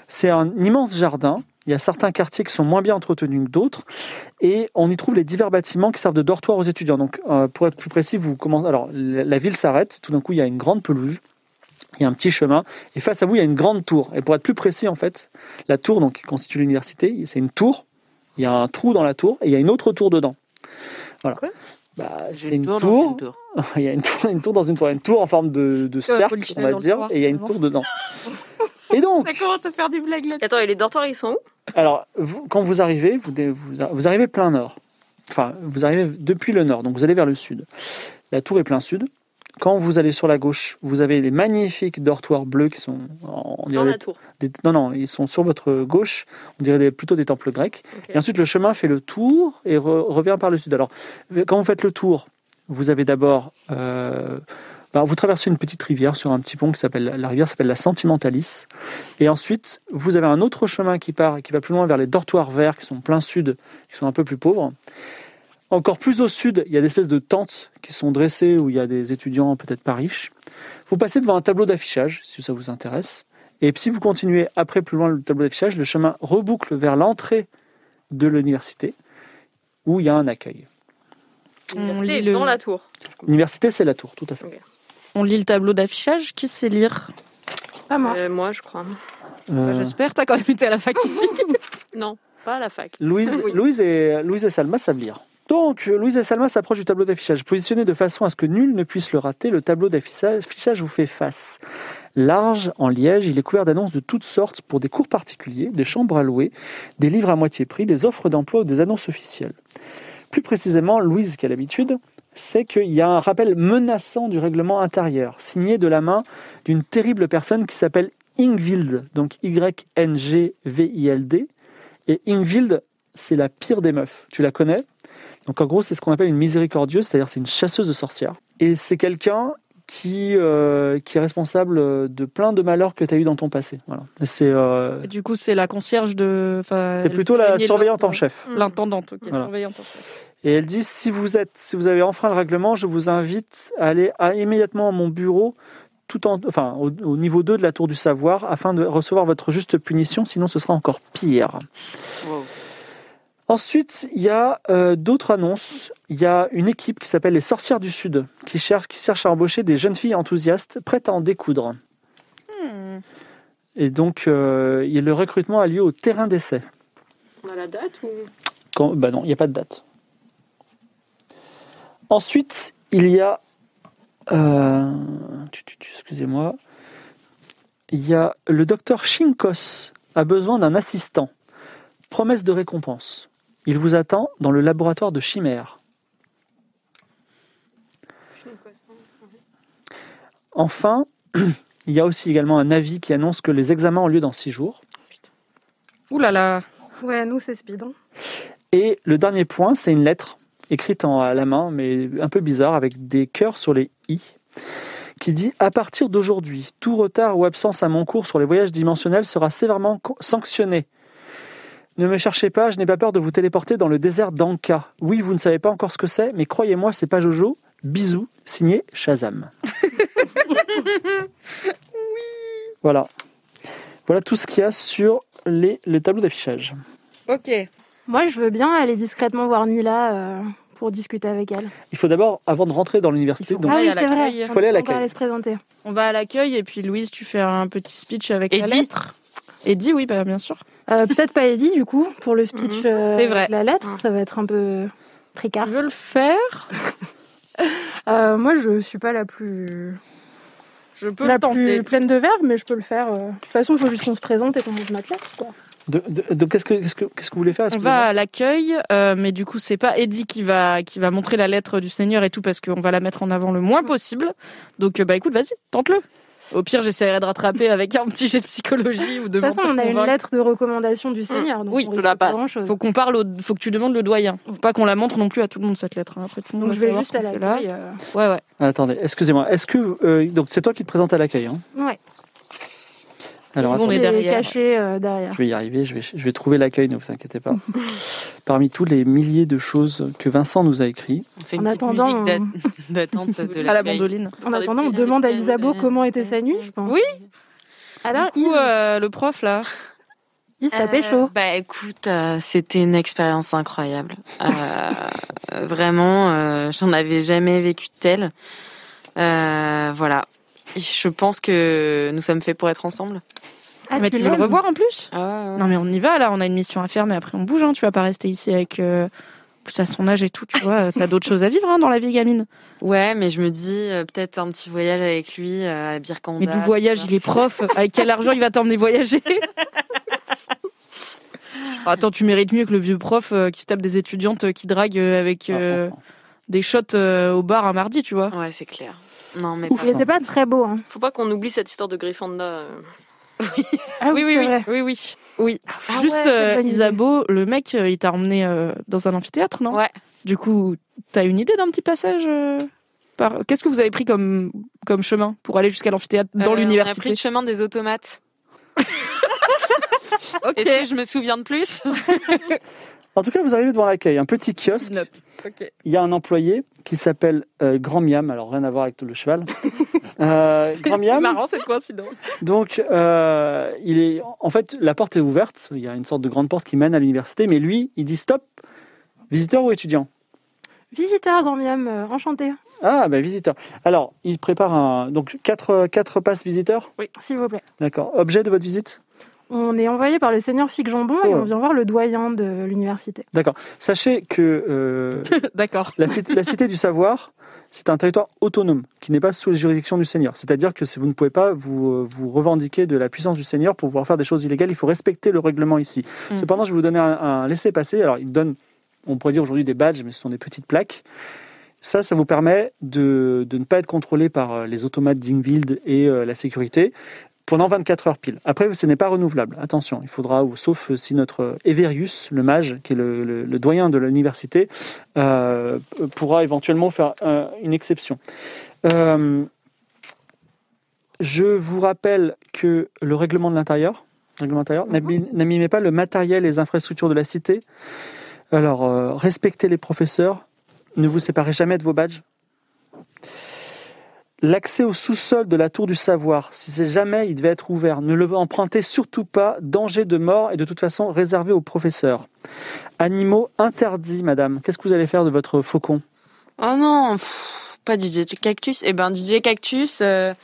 Speaker 4: c'est un immense jardin. Il y a certains quartiers qui sont moins bien entretenus que d'autres, et on y trouve les divers bâtiments qui servent de dortoir aux étudiants. Donc, euh, pour être plus précis, vous commencez. Alors, la la ville s'arrête. Tout d'un coup, il y a une grande pelouse. Il y a un petit chemin et face à vous il y a une grande tour. Et pour être plus précis en fait, la tour donc qui constitue l'université, c'est une tour. Il y a un trou dans la tour et il y a une autre tour dedans. Voilà.
Speaker 6: Quoi
Speaker 4: Bah,
Speaker 8: J'ai
Speaker 4: c'est une
Speaker 8: tour
Speaker 4: tour,
Speaker 8: dans une tour.
Speaker 4: il y a une tour, une tour dans une tour, une tour en forme de, de
Speaker 6: Comme un
Speaker 4: cercle, on
Speaker 6: polichinelle
Speaker 4: va
Speaker 6: dans le
Speaker 4: dire,
Speaker 6: couloir,
Speaker 4: et il y a une
Speaker 6: vraiment.
Speaker 4: tour
Speaker 6: [laughs]
Speaker 4: dedans. Et donc,
Speaker 8: Ça commence à faire des blagues là.
Speaker 5: Attends, et les dortoirs, ils sont où
Speaker 4: alors, vous- quand vous arrivez, vous, dé- vous, a- vous arrivez plein nord. Enfin, vous arrivez depuis le nord, donc vous allez vers le sud. La tour est plein sud. Quand vous allez sur la gauche, vous avez les magnifiques dortoirs bleus qui sont,
Speaker 6: Ah,
Speaker 4: on
Speaker 5: Dans
Speaker 4: dirait,
Speaker 5: la tour.
Speaker 4: des- non, non, ils sont sur votre gauche, on dirait des- plutôt des temples grecs.
Speaker 5: Ok.
Speaker 4: Et ensuite, le chemin fait le tour et re- revient par le sud. Alors, quand vous faites le tour, vous avez d'abord. euh, bah, vous traversez une petite rivière sur un petit pont qui s'appelle. La rivière s'appelle la Sentimentalis. Et ensuite, vous avez un autre chemin qui part, qui va plus loin vers les dortoirs verts qui sont plein sud, qui sont un peu plus pauvres. Encore plus au sud, il y a des espèces de tentes qui sont dressées où il y a des étudiants peut-être pas riches. Vous passez devant un tableau d'affichage, si ça vous intéresse. Et si vous continuez après plus loin le tableau d'affichage, le chemin reboucle vers l'entrée de l'université où il y a un accueil.
Speaker 6: On
Speaker 5: L'université
Speaker 6: lit,
Speaker 5: est
Speaker 6: le...
Speaker 5: dans la tour.
Speaker 4: L'université, c'est la tour, tout à fait.
Speaker 6: on lit le tableau d'affichage. Qui sait lire
Speaker 7: Pas moi.
Speaker 5: Euh, moi, je crois.
Speaker 6: Enfin,
Speaker 4: Euh,
Speaker 6: J'espère, t'as quand même été à la [laughs] fac ici.
Speaker 5: Non, pas à la fac.
Speaker 4: Louise,
Speaker 5: Oui.
Speaker 4: Louise, et, Louise et Salma savent lire. Donc, euh, Louise et Salma s'approchent du tableau d'affichage. Positionné de façon à ce que nul ne puisse le rater, le tableau d'affichage affichage vous fait face. Large, en liège, il est couvert d'annonces de toutes sortes pour des cours particuliers, des chambres à louer, des livres à moitié prix, des offres d'emploi ou des annonces officielles. Plus précisément, Louise, qui a l'habitude, c'est qu'il y a un rappel menaçant du règlement intérieur, signé de la main d'une terrible personne qui s'appelle Ingvild, donc Y-N-G-V-I-L-D. Et Ingvild, c'est la pire des meufs. Tu la connais Donc en gros, c'est ce qu'on appelle une miséricordieuse, c'est-à-dire c'est une chasseuse de sorcières. Et c'est quelqu'un qui, euh, qui est responsable euh, de plein de malheurs que tu as eu dans ton passé. Voilà. Et C'est euh,
Speaker 6: Bah, du coup, c'est la concierge de. enfin,
Speaker 4: c'est
Speaker 6: le
Speaker 4: plutôt la
Speaker 6: prisonnier de
Speaker 4: surveillante en
Speaker 6: l'ordre.
Speaker 4: chef.
Speaker 6: L'intendante, ok,
Speaker 4: Voilà.
Speaker 6: surveillante en chef.
Speaker 4: Et elle dit si vous êtes, si vous avez enfreint le règlement, je vous invite à aller à- immédiatement à mon bureau, tout en, enfin, au, au niveau 2 de la tour du savoir, afin de recevoir votre juste punition. Sinon, ce sera encore pire. Ensuite, il y a euh, d'autres annonces. Il y a une équipe qui s'appelle les Sorcières du Sud, qui cherche, qui cherche à embaucher des jeunes filles enthousiastes prêtes à en découdre.
Speaker 6: Hmm.
Speaker 4: Et donc, euh, il y a- le recrutement a lieu au terrain d'essai.
Speaker 5: On a la date ou
Speaker 4: Quand- bah non, il n'y a pas de date. Ensuite, il y a. euh, tu- tu- tu- Excusez-moi. Il y a le docteur Shinkos a besoin d'un assistant. Promesse de récompense. Il vous attend dans le laboratoire de Chimère. Enfin, [clears throat] il y a aussi également un avis qui annonce que les examens ont lieu dans six jours.
Speaker 6: Ouh là là.
Speaker 7: Ouais, nous, c'est speed. hein.
Speaker 4: Et le dernier point, c'est une lettre écrite en, à la main, mais un peu bizarre, avec des cœurs sur les i, qui dit À partir d'aujourd'hui, tout retard ou absence à mon cours sur les voyages dimensionnels sera sévèrement co- sanctionné. Ne me cherchez pas, je n'ai pas peur de vous téléporter dans le désert d'Anka. Oui, vous ne savez pas encore ce que c'est, mais croyez-moi, c'est pas Jojo. Bisous, signé Shazam. [laughs] Voilà. Voilà tout ce qu'il y a sur les, le tableau d'affichage.
Speaker 6: Ok.
Speaker 7: Moi, je veux bien aller discrètement voir Nila euh, pour discuter avec elle.
Speaker 4: Il faut d'abord, avant de rentrer dans l'université,
Speaker 6: Il faut
Speaker 4: donc-
Speaker 7: ah
Speaker 6: aller
Speaker 7: oui,
Speaker 6: à
Speaker 7: c'est vrai.
Speaker 6: l'accueil.
Speaker 7: On
Speaker 4: Faut aller à
Speaker 7: peut encore
Speaker 4: l'accueil.
Speaker 7: aller se présenter.
Speaker 6: On va à l'accueil et puis Louise, tu fais un petit speech avec la
Speaker 8: Eddie.
Speaker 6: lettre. Eddie, oui, bah, bien sûr.
Speaker 7: Euh, Peut-être pas Eddie, du coup, pour le speech euh,
Speaker 6: Mhm. C'est vrai.
Speaker 7: avec la lettre. Ça va être un peu
Speaker 6: Tu
Speaker 7: précaire.
Speaker 6: veux le faire
Speaker 7: Euh, moi, je suis pas la plus,
Speaker 6: Je peux
Speaker 7: la
Speaker 6: le tenter.
Speaker 7: plus pleine de verve, mais je peux le faire. euh. De toute façon, il faut juste qu'on se présente et qu'on dise ma pièce. quoi.
Speaker 4: De- de- donc qu'est-ce que qu'est-ce que qu'est-ce que vous voulez faire
Speaker 6: On
Speaker 4: excusez-moi
Speaker 6: va à l'accueil, euh, mais du coup c'est pas Eddie qui va qui va montrer la lettre du Seigneur et tout parce qu'on va la mettre en avant le moins possible. Donc euh, bah écoute, vas-y, tente-le. Au pire, j'essaierai de rattraper avec un petit jet de psychologie ou de.
Speaker 7: De toute façon, on a une lettre de recommandation
Speaker 6: Mhm.
Speaker 7: du Seigneur. Donc
Speaker 5: Oui, je te
Speaker 7: on risque
Speaker 5: la
Speaker 7: pas
Speaker 5: passe.
Speaker 7: grand-chose.
Speaker 6: Faut qu'on parle, au... faut que tu demandes le doyen. Faut pas qu'on la montre non plus à tout le monde cette lettre. hein. Après tout le monde
Speaker 7: Donc
Speaker 6: va
Speaker 7: je vais
Speaker 6: savoir
Speaker 7: juste à
Speaker 6: ce qu'on fait là.
Speaker 7: l'accueil. euh.
Speaker 6: Ouais ouais.
Speaker 4: Ah, attendez excusez-moi est-ce que euh, donc c'est toi qui te présente à l'accueil hein
Speaker 7: Ouais,
Speaker 4: alors
Speaker 6: Nous, on
Speaker 4: attendez,
Speaker 6: est
Speaker 7: est
Speaker 6: derrière.
Speaker 7: caché euh, derrière.
Speaker 4: je vais y arriver je vais je vais trouver l'accueil ne vous inquiétez
Speaker 6: [laughs]
Speaker 4: pas parmi tous les milliers de choses que Vincent nous a écrit
Speaker 8: On fait
Speaker 7: En
Speaker 8: une petite
Speaker 7: attendant,
Speaker 8: musique d'a- [laughs] d'attente
Speaker 4: [laughs]
Speaker 8: de
Speaker 6: À la
Speaker 8: l'accueil.
Speaker 6: bandoline.
Speaker 7: En attendant, on demande à Isabeau comment était sa nuit, je pense.
Speaker 6: Oui.
Speaker 7: Alors,
Speaker 6: Du coup,
Speaker 7: il,
Speaker 6: euh, le prof là.
Speaker 7: il se tapait
Speaker 8: Euh,
Speaker 7: chaud.
Speaker 8: Bah écoute, euh, c'était une expérience incroyable. Euh, [laughs] vraiment, euh, j'en avais jamais vécu de telle. Euh, voilà. Je pense que nous sommes faits pour être ensemble.
Speaker 7: Ah,
Speaker 6: mais tu veux le
Speaker 7: l'aimes
Speaker 6: revoir en plus
Speaker 8: Ah,
Speaker 6: Non mais on y va là, on a une mission à faire, mais après on bouge, hein. tu vas pas rester ici avec... euh, Plus à son âge et tout, tu vois, t'as d'autres choses à vivre hein, dans la vie gamine.
Speaker 8: Ouais, mais je me dis euh, peut-être un petit voyage avec lui euh, à Birkanda.
Speaker 6: Mais d'où voyage, il est prof, avec quel argent il va t'emmener voyager Attends, tu mérites mieux que le vieux prof euh, qui se tape des étudiantes euh, qui draguent euh, avec euh,
Speaker 4: Ah, ah,
Speaker 6: des shots euh, au bar un mardi, tu vois.
Speaker 8: Ouais, c'est clair. Non, mais
Speaker 7: Il était pas très beau. Hein.
Speaker 5: Faut pas qu'on oublie cette histoire de Gryffondor. euh.
Speaker 7: Ah oui, c'est
Speaker 6: oui,
Speaker 7: vrai.
Speaker 6: oui, oui, oui.
Speaker 8: Ah
Speaker 6: Juste,
Speaker 8: ouais,
Speaker 6: euh,
Speaker 7: bonne idée.
Speaker 6: Isabeau, le mec, euh, il t'a emmené euh, dans un amphithéâtre, non
Speaker 8: Ouais.
Speaker 6: Du coup, t'as une idée d'un petit passage euh, par... Qu'est-ce que vous avez pris comme, comme chemin pour aller jusqu'à l'amphithéâtre dans
Speaker 8: Euh, On a pris
Speaker 6: l'université
Speaker 8: le chemin des
Speaker 6: [laughs]
Speaker 8: automates. Est-ce que je me souviens de plus
Speaker 4: en tout cas vous arrivez devant l'accueil un petit kiosque il y a un employé qui s'appelle euh, Grand Miam alors rien à voir avec le
Speaker 6: [laughs]
Speaker 4: cheval Euh, Grand Miam
Speaker 6: cette coïncidence.
Speaker 4: Donc, euh, il est, en fait, la porte est ouverte. Il y a une sorte de grande porte qui mène à l'université, mais lui, il dit stop. Visiteur ou étudiant
Speaker 7: Visiteur, grand miam, euh, enchanté,
Speaker 4: Ah, bah visiteur. Alors, il prépare un, donc quatre, quatre passes visiteurs.
Speaker 7: s'il vous plaît.
Speaker 4: D'accord. Objet de votre visite
Speaker 7: On est envoyé par le seigneur Fig Jambon et
Speaker 4: Oh.
Speaker 7: on vient voir le doyen de l'université.
Speaker 4: Sachez que euh,
Speaker 6: D'accord.
Speaker 4: la, cité, la cité du savoir, c'est un territoire autonome qui n'est pas sous la juridiction du Seigneur. C'est-à-dire que si vous ne pouvez pas vous, euh, vous revendiquer de la puissance du Seigneur pour pouvoir faire des choses illégales. Il faut respecter le règlement ici.
Speaker 6: Mm.
Speaker 4: Cependant, je vais vous donner un, un laissez-passer. Alors, il donne, on pourrait dire aujourd'hui des badges, mais ce sont des petites plaques. Ça, ça vous permet de, de ne pas être contrôlé par euh, les automates d'Ingvild et euh, la sécurité pendant 24 heures pile. Après, ce n'est pas renouvelable. Attention, il faudra, ou- sauf si notre euh, Everius, le mage, qui est le, le- le doyen de l'université, euh, p- pourra éventuellement faire euh, une exception. Euh, je vous rappelle que le règlement de l'intérieur, règlement intérieur, n'abî- n'abîmez pas le matériel et les infrastructures de la cité. Alors, euh, respectez les professeurs. Ne vous séparez jamais de vos badges. L'accès au sous-sol de la tour du savoir, si c'est jamais, il devait être ouvert. Ne le empruntez surtout pas. Danger de mort est de toute façon réservé aux professeurs. Animaux interdits, madame. Qu'est-ce que vous allez faire de votre faucon
Speaker 8: Oh non, pff, pas DJ Cactus. Eh ben DJ Cactus, euh,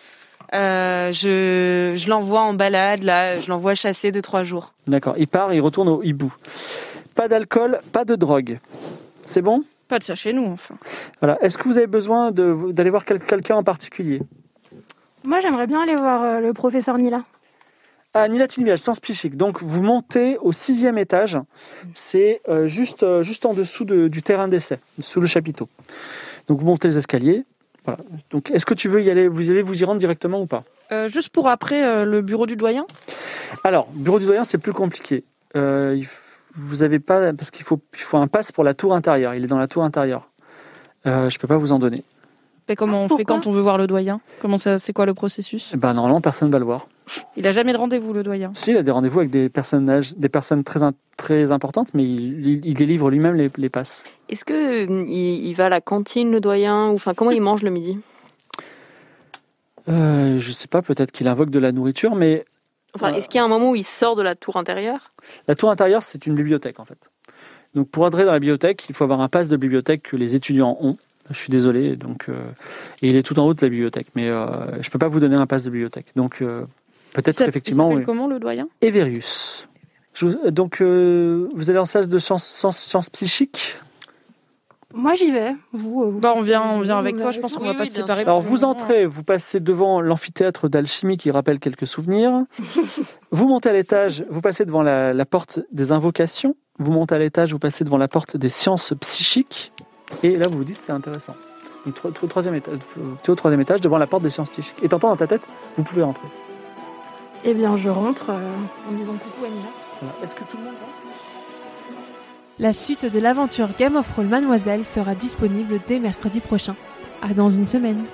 Speaker 8: euh, je, je l'envoie en balade, là, je l'envoie chasser de trois jours.
Speaker 4: D'accord. Il part, il retourne au hibou. Pas d'alcool, pas de drogue. C'est bon
Speaker 6: Pas de ça chez nous, enfin.
Speaker 4: Voilà. Est-ce que vous avez besoin de- d'aller voir quel- quelqu'un en particulier
Speaker 7: Moi, j'aimerais bien aller voir euh, le professeur Nila.
Speaker 4: Ah, Nila Tilviage, sens psychique. Donc, vous montez au sixième étage. C'est euh, juste, euh, juste en dessous de- du terrain d'essai, sous le chapiteau. Donc, vous montez les escaliers. Voilà. Donc, est-ce que tu veux y aller Vous allez vous y rendre directement ou pas
Speaker 6: Euh, juste pour après euh, le bureau du doyen.
Speaker 4: Alors, bureau du doyen, c'est plus compliqué. Euh, il f- vous avez pas parce qu'il faut, il faut un pass pour la tour intérieure. Il est dans la tour intérieure. Euh, je peux pas vous en donner.
Speaker 6: Mais comment on fait
Speaker 7: Pourquoi
Speaker 6: quand on veut voir le doyen Comment ça, c'est quoi le processus
Speaker 4: Eh Ben normalement, personne va le voir.
Speaker 6: Il a jamais de rendez-vous le doyen.
Speaker 4: Si, il a des rendez-vous avec des personnages, des personnes très, in- très importantes, mais il, il- il délivre lui-même les, les passes.
Speaker 5: Est-ce que euh, il, il va à la cantine, le doyen ou enfin comment il mange le midi
Speaker 4: Euh, je sais pas, peut-être qu'il invoque de la nourriture, mais
Speaker 5: Enfin,
Speaker 4: Ouais.
Speaker 5: est-ce qu'il y a un moment où il sort de la tour intérieure
Speaker 4: la tour intérieure, c'est une bibliothèque en fait. Donc pour entrer dans la bibliothèque, il faut avoir un pass de bibliothèque que les étudiants ont. Je suis désolé, donc euh, et il est tout en haut de la bibliothèque, mais euh, je peux pas vous donner un pass de bibliothèque. Donc euh,
Speaker 6: Il
Speaker 4: peut-être
Speaker 6: s'appelle-
Speaker 4: effectivement.
Speaker 6: Il s'appelle
Speaker 4: oui.
Speaker 6: comment le doyen
Speaker 4: Everius. Je vous- donc euh, vous allez en salle de sciences sciences- sciences psychiques.
Speaker 7: Moi, j'y vais. Vous, euh, vous-
Speaker 6: Bah on vient, on vient
Speaker 7: Vous
Speaker 6: avec
Speaker 7: venez
Speaker 6: toi. Je
Speaker 7: avec
Speaker 6: pense qu'on
Speaker 8: moi
Speaker 6: va
Speaker 8: Oui,
Speaker 6: pas
Speaker 8: oui,
Speaker 6: se
Speaker 8: bien
Speaker 6: séparer.
Speaker 8: sûr.
Speaker 4: Alors vous entrez, vous passez devant l'amphithéâtre d'alchimie qui rappelle quelques [laughs] souvenirs. Vous montez à l'étage, vous passez devant la, la porte des invocations. Vous montez à l'étage, vous passez devant la porte des sciences psychiques. Et là vous vous dites c'est intéressant. Donc, tro- tro- troisième étage, tu es au troisième étage devant la porte des sciences psychiques. Et t'entends dans ta tête, vous pouvez rentrer.
Speaker 7: Eh bien, je rentre euh, en disant coucou à Nila.
Speaker 4: Voilà. Est-ce que tout le monde rentre
Speaker 3: La suite de l'aventure Game of Roll Mademoiselle sera disponible dès mercredi prochain. À dans une semaine.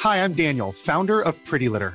Speaker 9: Hi, I'm Daniel, founder of Pretty Litter.